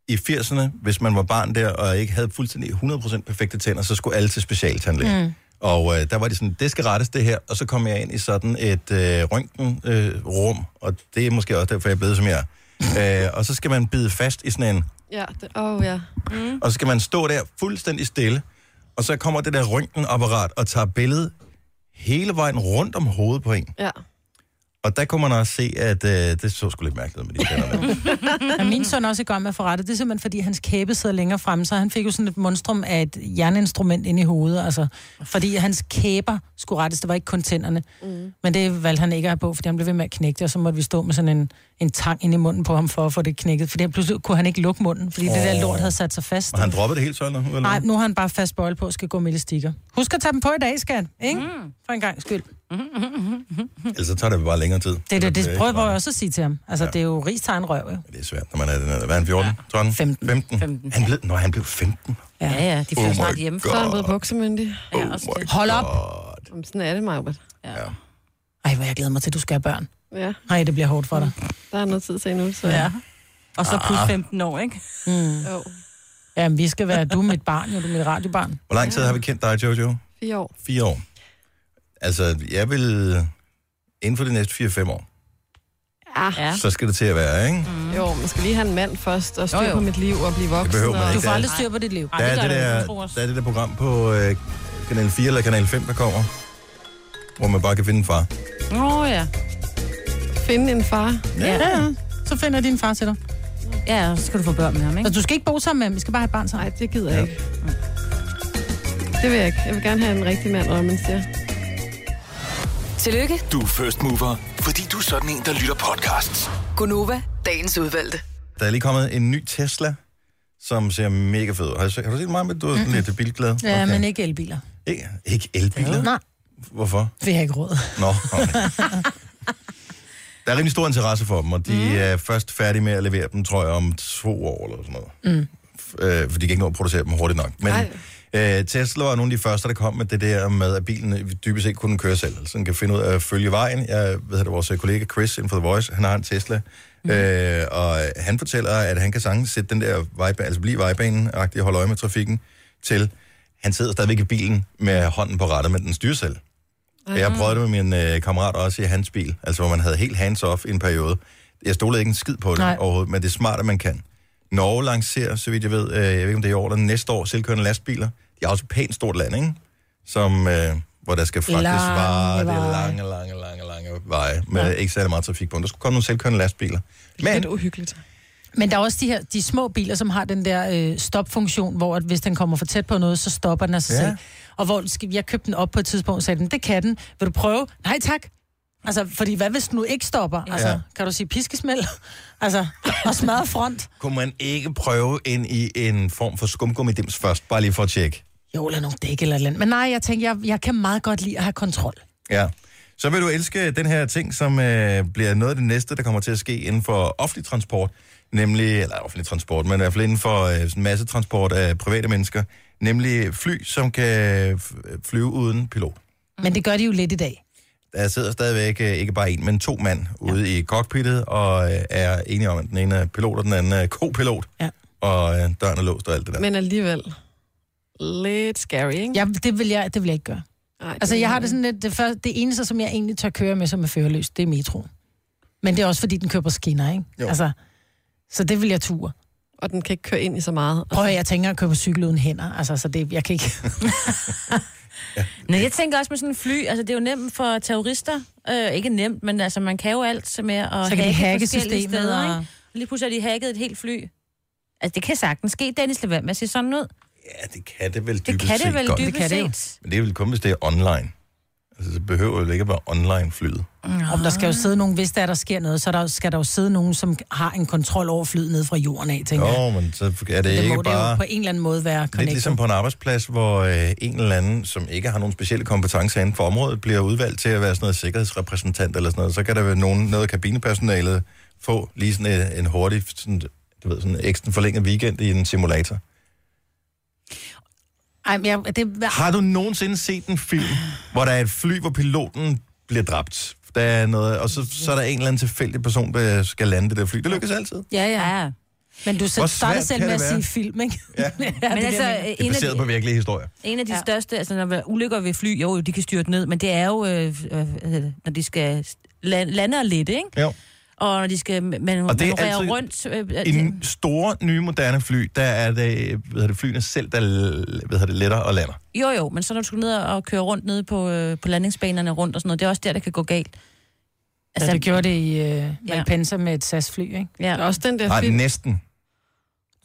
I 80'erne, hvis man var barn der, og ikke havde fuldstændig 100% perfekte tænder, så skulle alle til specialtandlæge. Mm. Mm. Og øh, der var de sådan, det skal rettes det her, og så kom jeg ind i sådan et øh, røntgenrum, øh, rum, og det er måske også derfor, jeg er blevet, som jeg er. Øh, og så skal man bide fast i sådan en Ja, det, oh, ja. Mm. og så skal man stå der fuldstændig stille, og så kommer det der røntgenapparat og tager billedet hele vejen rundt om hovedet på en. Ja. Og der kunne man også se, at øh, det så sgu lidt mærkeligt ud med de tænder. der. Ja, Mhm. min søn er også i gang med at få rettet. Det er simpelthen, fordi hans kæbe sidder længere frem, så han fik jo sådan et monstrum af et jerninstrument ind i hovedet, altså, fordi hans kæber skulle rettes. Det var ikke kun tænderne. Mm. Men det valgte han ikke at have på, fordi han blev ved med at knække det, og så måtte vi stå med sådan en, en tang ind i munden på ham for at få det knækket, fordi han pludselig kunne han ikke lukke munden, fordi oh. det der Åh. lort havde sat sig fast. Og han droppede det helt tørt nu? eller Nej, hvad? nu har han bare fast bøjle på og skal gå med elastikker. Husk at tage dem på i dag, skat. Ikke? Mm. For en gang skyld. Ellers så tager det bare længere tid. Det, er det, det Eller, prøver jeg også at sige til ham. Altså, Ja. ja. det er jo rigs tegn røv, jo. Det er svært, når man er den her. Hvad er han, 14? 12? 15. 15. 15. Han blev, nå, han blev 15. Ja, ja, de Oh får my snart hjemme. Så er han blevet buksemyndig. Ja, også det. Hold op. Jamen, Sådan er det, Marbet. Ja. Ej, hvor jeg glæder mig til, at du skal have børn. Ja, Nej, det bliver hårdt for dig. der er noget tid til endnu, så... Ja. Og så plus Ah. 15 år, ikke? Mm. Jo. Jamen, vi skal være, du er mit barn, jo, du er mit radiobarn. Hvor lang tid har vi kendt dig, Jojo? Fire år. Fire år. Altså, jeg vil... Inden for de næste 4-5 år, Ah. ja. så skal det til at være, ikke? Mm. Jo, man skal lige have en mand først, og styr Jo, jo. på mit liv og blive voksen. behøver man og... ikke. Du får aldrig styr på dit liv. Der er, det der, der er det der program på øh, Kanal 4 eller Kanal 5, der kommer, hvor man bare kan finde en far. Åh oh, ja. Finde en far. Ja. ja. Så finder jeg din far til dig. Ja, og så skal du få børn med ham, ikke? Så du skal ikke bo sammen med ham, vi skal bare have et barn sammen. Nej, det gider jeg ikke. Det vil jeg ikke. Jeg vil gerne have en rigtig mand, når man siger. Tillykke, Du er first mover, fordi du er sådan en, der lytter podcasts. Gunova, dagens udvalgte. Der er lige kommet en ny Tesla, som ser mega fed ud. Har, du set- har du set mig med, du er sådan lidt bilglad? Ja, okay. men ikke elbiler. Ikke, ikke elbiler? Nej, Hvorfor? det har jeg ikke råd. Nå, okay. Der er rimelig stor interesse for dem, og de mm. er først færdige med at levere dem, tror jeg, om to år eller sådan noget. Mm. øh, for de kan ikke nå at producere dem hurtigt nok. Men øh, Tesla var nogle af de første, der kom med det der med, at bilen dybest set kunne køre selv. Så den kan finde ud af at følge vejen. Jeg ved, at vores øh, kollega Chris inden for The Voice, han har en Tesla. Mm. Øh, og han fortæller, at han kan sagtens sætte den der vejbane, altså blive vejbanen, og holde øje med trafikken, til han sidder stadigvæk i bilen med hånden på rattet, men den styrer selv. Og Jeg prøvede det med min øh, kammerat også i hans bil, altså hvor man havde helt hands-off i en periode. Jeg stolede ikke en skid på det Nej. Nej. overhovedet, men det er smart, at man kan. Norge lancerer, så vidt jeg ved, øh, jeg ved ikke om det er i år eller næste år, selvkørende lastbiler. De er også et pænt stort land, ikke? Som, øh, hvor der skal fragtes Lange varer, det er veje. lange, lange, lange, lange veje, med ja. ikke særlig meget trafik på. Men Der skulle komme nogle selvkørende lastbiler. Men, det er uhyggeligt. Men der er også de her de små biler, som har den der øh, stopfunktion, hvor at hvis den kommer for tæt på noget, så stopper den af sig Ja. ja. selv. Og hvor skal- jeg købte den op på et tidspunkt og sagde, den, det kan den. Vil du prøve? Nej tak. Altså, fordi hvad hvis den nu ikke stopper? Ja. Altså, kan du sige piskesmæld? Altså, og smadre front? Kunne man ikke prøve ind i en form for skumgummidims først, bare lige for at tjekke? Jo, eller nogle dæk eller et eller andet. Men nej, jeg tænker, jeg, jeg kan meget godt lide at have kontrol. Ja. Så vil du elske den her ting, som øh, bliver noget af det næste, der kommer til at ske inden for offentlig transport, nemlig, eller offentlig transport, men i hvert fald inden for øh, sådan masse transport af private mennesker, nemlig fly, som kan f- flyve uden pilot. Men det gør de jo lidt i dag. Der sidder stadigvæk øh, ikke bare en, men to mand ude i cockpittet og øh, er enige om, at den ene er pilot, og den anden er kopilot, ja. og øh, døren er låst og alt det der. Men alligevel. lidt scary, ikke? Ja, det vil jeg, det vil jeg ikke gøre. Ej, det Altså, vil jeg har det sådan lidt, det, første, det eneste, som jeg egentlig tør køre med, som er førerløs, det er metroen. Men det er også, fordi den kører på skinner, ikke? Jo. Altså, så det vil jeg ture. Og den kan ikke køre ind i så meget. Prøv at høre, jeg tænker at køre på cykel uden hænder, altså, så det, jeg kan ikke... Nej, jeg tænker også med sådan en fly, altså det er jo nemt for terrorister, øh, ikke nemt, men altså man kan jo alt med at Så kan de hacke forskellige systemet, steder, og- ikke? Og lige pludselig har de hacket et helt fly. Altså det kan sagtens ske, Dennis, lad være med at se sådan ud. Ja, det kan det vel dybest kan det set vel godt. dybest Det kan det jo. set. Men det er vel kun, hvis det er online. Altså, så behøver det ikke at være online flyet. Om der skal jo sidde nogen, hvis der, er, der sker noget, så der, skal der jo sidde nogen, som har en kontrol over flyet ned fra jorden af, tænker jeg. Jo, men så er det, det ikke må det jo bare... på en eller anden måde være Lidt connected. ligesom på en arbejdsplads, hvor øh, en eller anden, som ikke har nogen specielle kompetencer inden for området, bliver udvalgt til at være sådan noget sikkerhedsrepræsentant eller sådan noget. Så kan der være nogen, noget af kabinepersonalet få lige sådan øh, en, en hurtig, sådan, du ved, sådan en ekstra forlænget weekend i en simulator. Ej, men jeg, det, Har du nogensinde set en film, hvor der er et fly, hvor piloten bliver dræbt? Der er noget, og så, så er der en eller anden tilfældig person, der skal lande det der fly. Det lykkes altid. Ja, ja. ja. Men du Hvor selv starter svært selv kan med at det sige være? film, ikke? Ja. Men det er altså, det, jeg mener. øh, Det er en af baseret de- på virkelige historier. En af de ja. største, altså når der er ulykker ved fly, jo, jo, de kan styrte ned, men det er jo, øh, øh, øh, når de skal land, lande og lidt, ikke? Jo. Og når de skal man, Og det er manøvrere altid rundt. Øh, øh, I store, nye, moderne fly, der er det, hvad det flyene selv, der l- hvad det, letter og lander. Jo, jo, men så når du skal ned og køre rundt nede på, øh, på landingsbanerne rundt og sådan noget, det er også der, der kan gå galt. Altså, ja, det gjorde det i øh, Malpensa med et SAS-fly, ikke? Ja. Også den der Nej, film. næsten.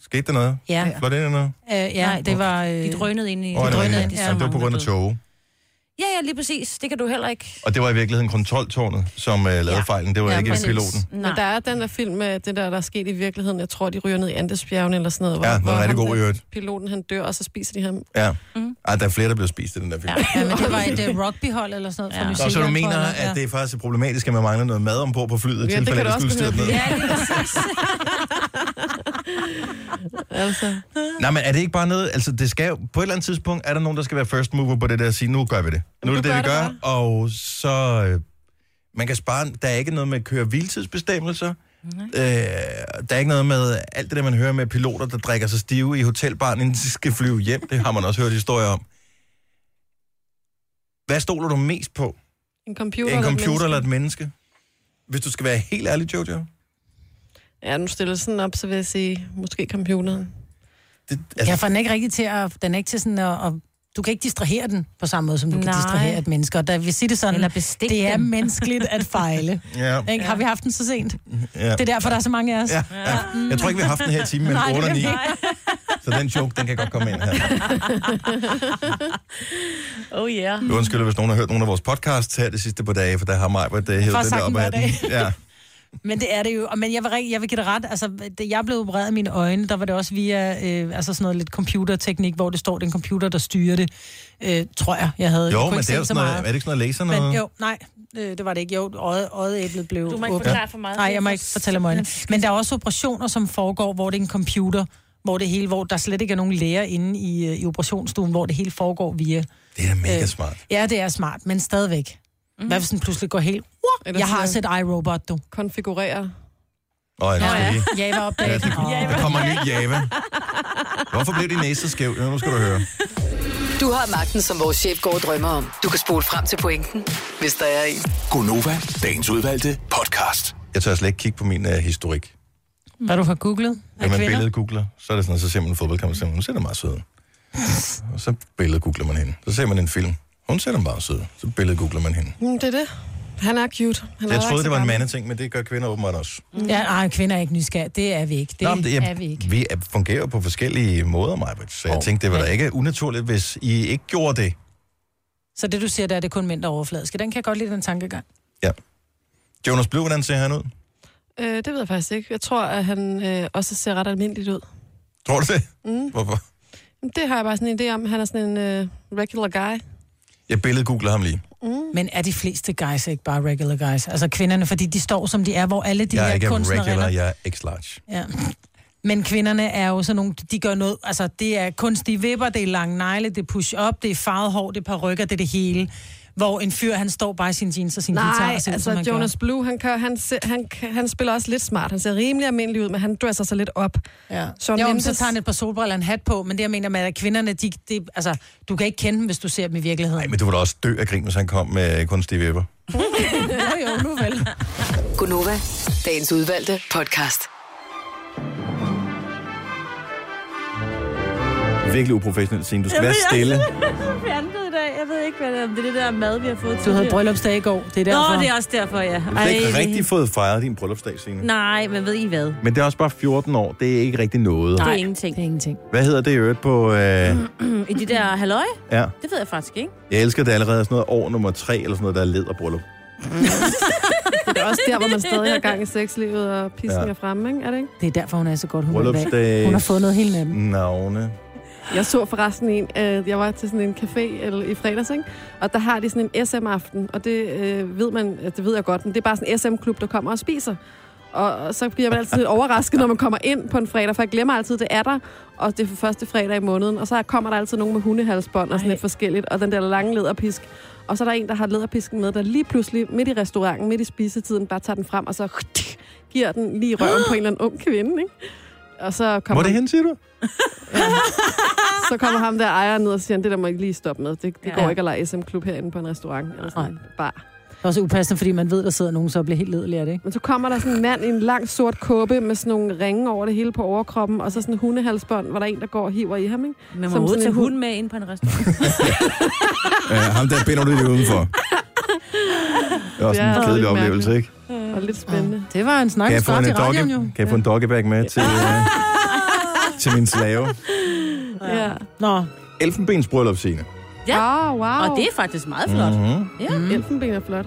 Skete der noget? Ja. Var det noget? Øh, ja, Nej, det var... Øh, De drønede ind i... Åh, de det, var, drønede ja, ind i så det var på mange, grund af der tog. døde. Ja, ja, lige præcis. Det kan du heller ikke. Og det var i virkeligheden kontroltårnet, som uh, lavede Ja. fejlen. Det var Ja, ikke præcis. piloten. Men der er den der film med det der, der er sket i virkeligheden. Jeg tror, de ryger ned i Andesbjergene eller sådan noget. Ja, den var rigtig ham god i der øvrigt. Piloten, han dør, og så spiser de ham. Ja. Mm. Ej, der er flere, der blev spist i den der film. Ja. Ja, men det var et øh, rugbyhold eller sådan noget fra New Og Zealand. så du tror mener, jeg, ja. at det er faktisk problematisk, at man mangler noget mad ombord på flyet, i Ja, det tilfælde, kan at du det skulle også styrte ned. behøve. Ja, det er præcis. Altså, Nej, men er det ikke bare noget, altså det skal jo, på et eller andet tidspunkt er der nogen, der skal være first mover på det der og sige, nu gør vi det. Nu er det du det, vi gør gør, det og så, øh, man kan spare, der er ikke noget med køre hviletidsbestemmelser, øh, der er ikke noget med alt det der, man hører med piloter, der drikker sig stive i hotelbaren, inden de skal flyve hjem, det har man også hørt historier om. Hvad stoler du mest på? en computer, En et computer menneske. eller et menneske? Hvis du skal være helt ærlig, Jojo. Ja, nu stiller jeg sådan op, så vil jeg sige, måske computeren. Det, altså, Ja, for den er ikke rigtig til at... Den er ikke til sådan at, at du kan ikke distrahere den på samme måde, som du Nej. kan Nej. distrahere et menneske. Og der vil sige det sådan, Eller bestik det er dem. menneskeligt at fejle. ja, Ikke? Har vi haft den så sent? ja. Det er derfor, der er så mange af os. Ja, ja. Jeg tror ikke, vi har haft den her time mellem Nej, 8 og det 9. kan Så den joke, den kan godt komme ind her. Oh yeah. Jeg undskylder, hvis nogen har hørt nogle af vores podcasts her det sidste par dage, for der har mig været øh, hævet Får den der sagt op den af hver den. Ja. Men det er det jo. Og Men jeg vil, rigtig- jeg vil give det ret. Altså, da jeg blev opereret af mine øjne, der var det også via øh, altså sådan noget lidt computerteknik, hvor det står, det er en computer, der styrer det, øh, tror jeg, jeg havde. jeg Jo, kunne men ikke det er, se jo så sådan noget, er det meget. ikke sådan noget laser Men noget? jo, nej, øh, det var det ikke. Jo, øje, øjeæblet blev Du må ikke åbnet. forklare for meget. Nej, jeg må ikke fortælle om øjnene. Men der er også operationer, som foregår, hvor det er en computer, hvor det hele, hvor der slet ikke er nogen læger inde i, øh, i operationsstuen, hvor det hele foregår via... Det er mega Øh, smart. Ja, det er smart, men stadigvæk. Mhm. Hvad hvis den pludselig går helt... Eller Jeg har sådan set iRobot, du. Konfigurere. Åh, oh, ja. lige. Java Ja, opdaget. det, der kommer en ny Java. Hvorfor blev din næse skæv? Ja, Nu skal du høre. Du har magten, som vores chef går og drømmer om. Du kan spole frem til pointen, hvis der er en. Gonova, dagens udvalgte podcast. Jeg tør slet ikke kigge på min uh, historik. Hvad du har googlet? Når Af man kvinder? billedgoogler, så er det sådan, så ser man en fodboldkamp, og så ser man, hun ser da meget sød. ud." Og så billedgoogler man hende. Så ser man en film. Hun ser da meget sød. ud." Så billedgoogler man hende. Mm, det er det. Han er cute. Han Jeg er ikke så troede, det var en gammel. mandeting, men det gør kvinder åbenbart også. Mm. Ja, nej, kvinder er ikke nysgerrige. Det er vi ikke. Det, Nå, men det er, er vi ikke. Vi er- fungerer på forskellige måder, Majbert. Så jeg tænkte, det var da ikke unaturligt, hvis I ikke gjorde det. Så det, du siger, der er det er kun mindre overfladiske. Den kan jeg godt lide, den tankegang. Jonas Blue, hvordan ser han ud? Øh, det ved jeg faktisk ikke. Jeg tror, at han øh, også ser ret almindeligt ud. Tror du det? Mm. Hvorfor? Jamen, Det har jeg bare sådan en idé om. Han er sådan en øh, regular guy. Jeg billedgoogler ham lige. Men er de fleste guys ikke bare regular guys? Altså kvinderne, fordi de står, som de er, hvor alle de jeg er her ikke kunstnere... regular, jeg er x-large. Ja. Men kvinderne er jo sådan nogle, de gør noget, altså det er kunstige vipper, det er lange negle, det er push-up, det er farvet hår, det er parrykker, det er det hele. hvor en fyr, han står bare i sine jeans og sin guitar Nej, og ser ud, som altså han Jonas gør. Blue, han, kører, han, se- han, han spiller også lidt smart. Han ser rimelig almindelig ud, men han dresser sig lidt op. Ja. Shawn Jo, men Mendes- så tager han et par solbriller og en hat på, men det jeg mener med, at kvinderne, de, de, altså, du kan ikke kende dem, hvis du ser dem i virkeligheden. Men du ville også dø af grin, hvis han kom med øh, kun Steve Webber. jo, jo, nu vel. Gunova, dagens udvalgte podcast. Virkelig uprofessionelt scene. Du skal være stille. fjantet i dag. Jeg ved ikke, hvad det er. om Det er det der mad, vi har fået Du havde tidligere. bryllupsdag i går, det er derfor. Nå, det er også derfor, ja. Du har ikke det- rigtig fået fejret din bryllupsdag, Signe. Nej, men ved I hvad? Det Men det er også bare 14 år. Det er ikke rigtig noget. er ingenting. Det er ingenting. Hvad hedder det i øvrigt på... Øh, Mm. I de der halløj? ja. Det ved jeg faktisk ikke. Jeg elsker det allerede er sådan noget år nummer tre, eller sådan noget, der er led og bryllup. Det er også der, hvor man stadig har gang i sexlivet og pissen Ja. ja. er fremme, ikke? er det ikke? Det er derfor, hun er så godt humør i dag. Bryllupsdag. Hun har fået noget helt nemt. Navne. Jeg så forresten en, øh, jeg var til sådan en café eller, i fredags, ikke? og der har de sådan en SM-aften, og det øh, ved man, det ved jeg godt, men det er bare sådan en SM-klub, der kommer og spiser. Og, og så bliver man altid lidt overrasket, når man kommer ind på en fredag, for jeg glemmer altid, det er der, og det er for første fredag i måneden, og så kommer der altid nogen med hundehalsbånd og sådan lidt forskelligt, og den der lange lederpisk. Og så er der en, der har lederpisken med, der lige pludselig midt i restauranten, midt i spisetiden, bare tager den frem, og så giver den lige i røven på en eller anden ung kvinde, ikke? Og så Hvor kommer er det hen, siger du? så kommer ham der ejer ned og siger, det der må I lige stoppe med. Det, det Ja. ja. går ikke at lege SM-klub herinde på en restaurant eller sådan en bar. Det er også upassende, fordi man ved, der sidder nogen, så bliver helt ledelig af det, ikke? Men så kommer der sådan en mand i en lang sort kåbe med sådan nogle ringe over det hele på overkroppen, og så sådan en hundehalsbånd, hvor der er en, der går og hiver i ham, ikke? Man må Som overhovedet sådan tage en hunden med ind på en restaurant. Ja, ham der binder du lige udenfor. Det er også Det en er kedelig lidt oplevelse, ikke? Og lidt spændende. Det var en snak, Kan vi jeg få en, starte i øh, doggy, radioen jo. kan jeg få en doggybag med til, øh, til min slave? Ja. ja. Nå, Elfenbens bryllup, Signe. Ja. Oh, wow. Og det er faktisk meget flot. Mm-hmm. Elfenben er flot.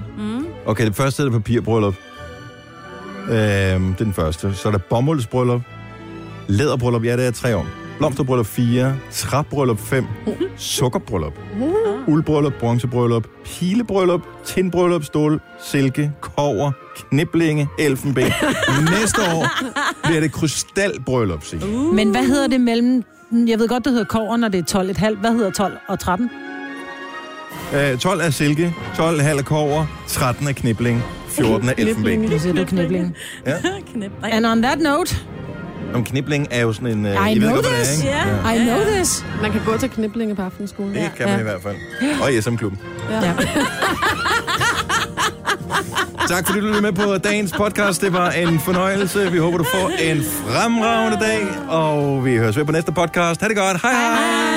Okay, det første er det papirbryllup. Øhm, det er den første. Så er der bomuldsbryllup. Læderbryllup, ja, det er tre år. Blomsterbryllup 4, træbryllup 5, sukkerbryllup, uldbryllup, bronzebryllup, pilebryllup, tindbryllup, stål, silke, kover, kniblinge, elfenben. Næste år bliver det krystalbryllup, Signe. Uh. men hvad hedder det mellem... Jeg ved godt, det hedder kover, når det er 12 et halvt. Hvad hedder 12 og 13? Øh, 12 er silke, 12 halv er kover, 13 er knibling, 14 er elfenben. Nu siger du kniblingen. Ja. Knip. Nej. And on that note, Om knibling er jo sådan en... Øh, I, know godt, hvad det er, this, ikke? ja. I know this. Man kan gå til kniblinge på aftenskolen. Det kan man i hvert fald. Og i SM-klubben. Ja. Tak fordi du lyttede med på dagens podcast. Det var en fornøjelse. Vi håber, du får en fremragende dag. Og vi høres ved på næste podcast. Ha' det godt. Hej hej. hej.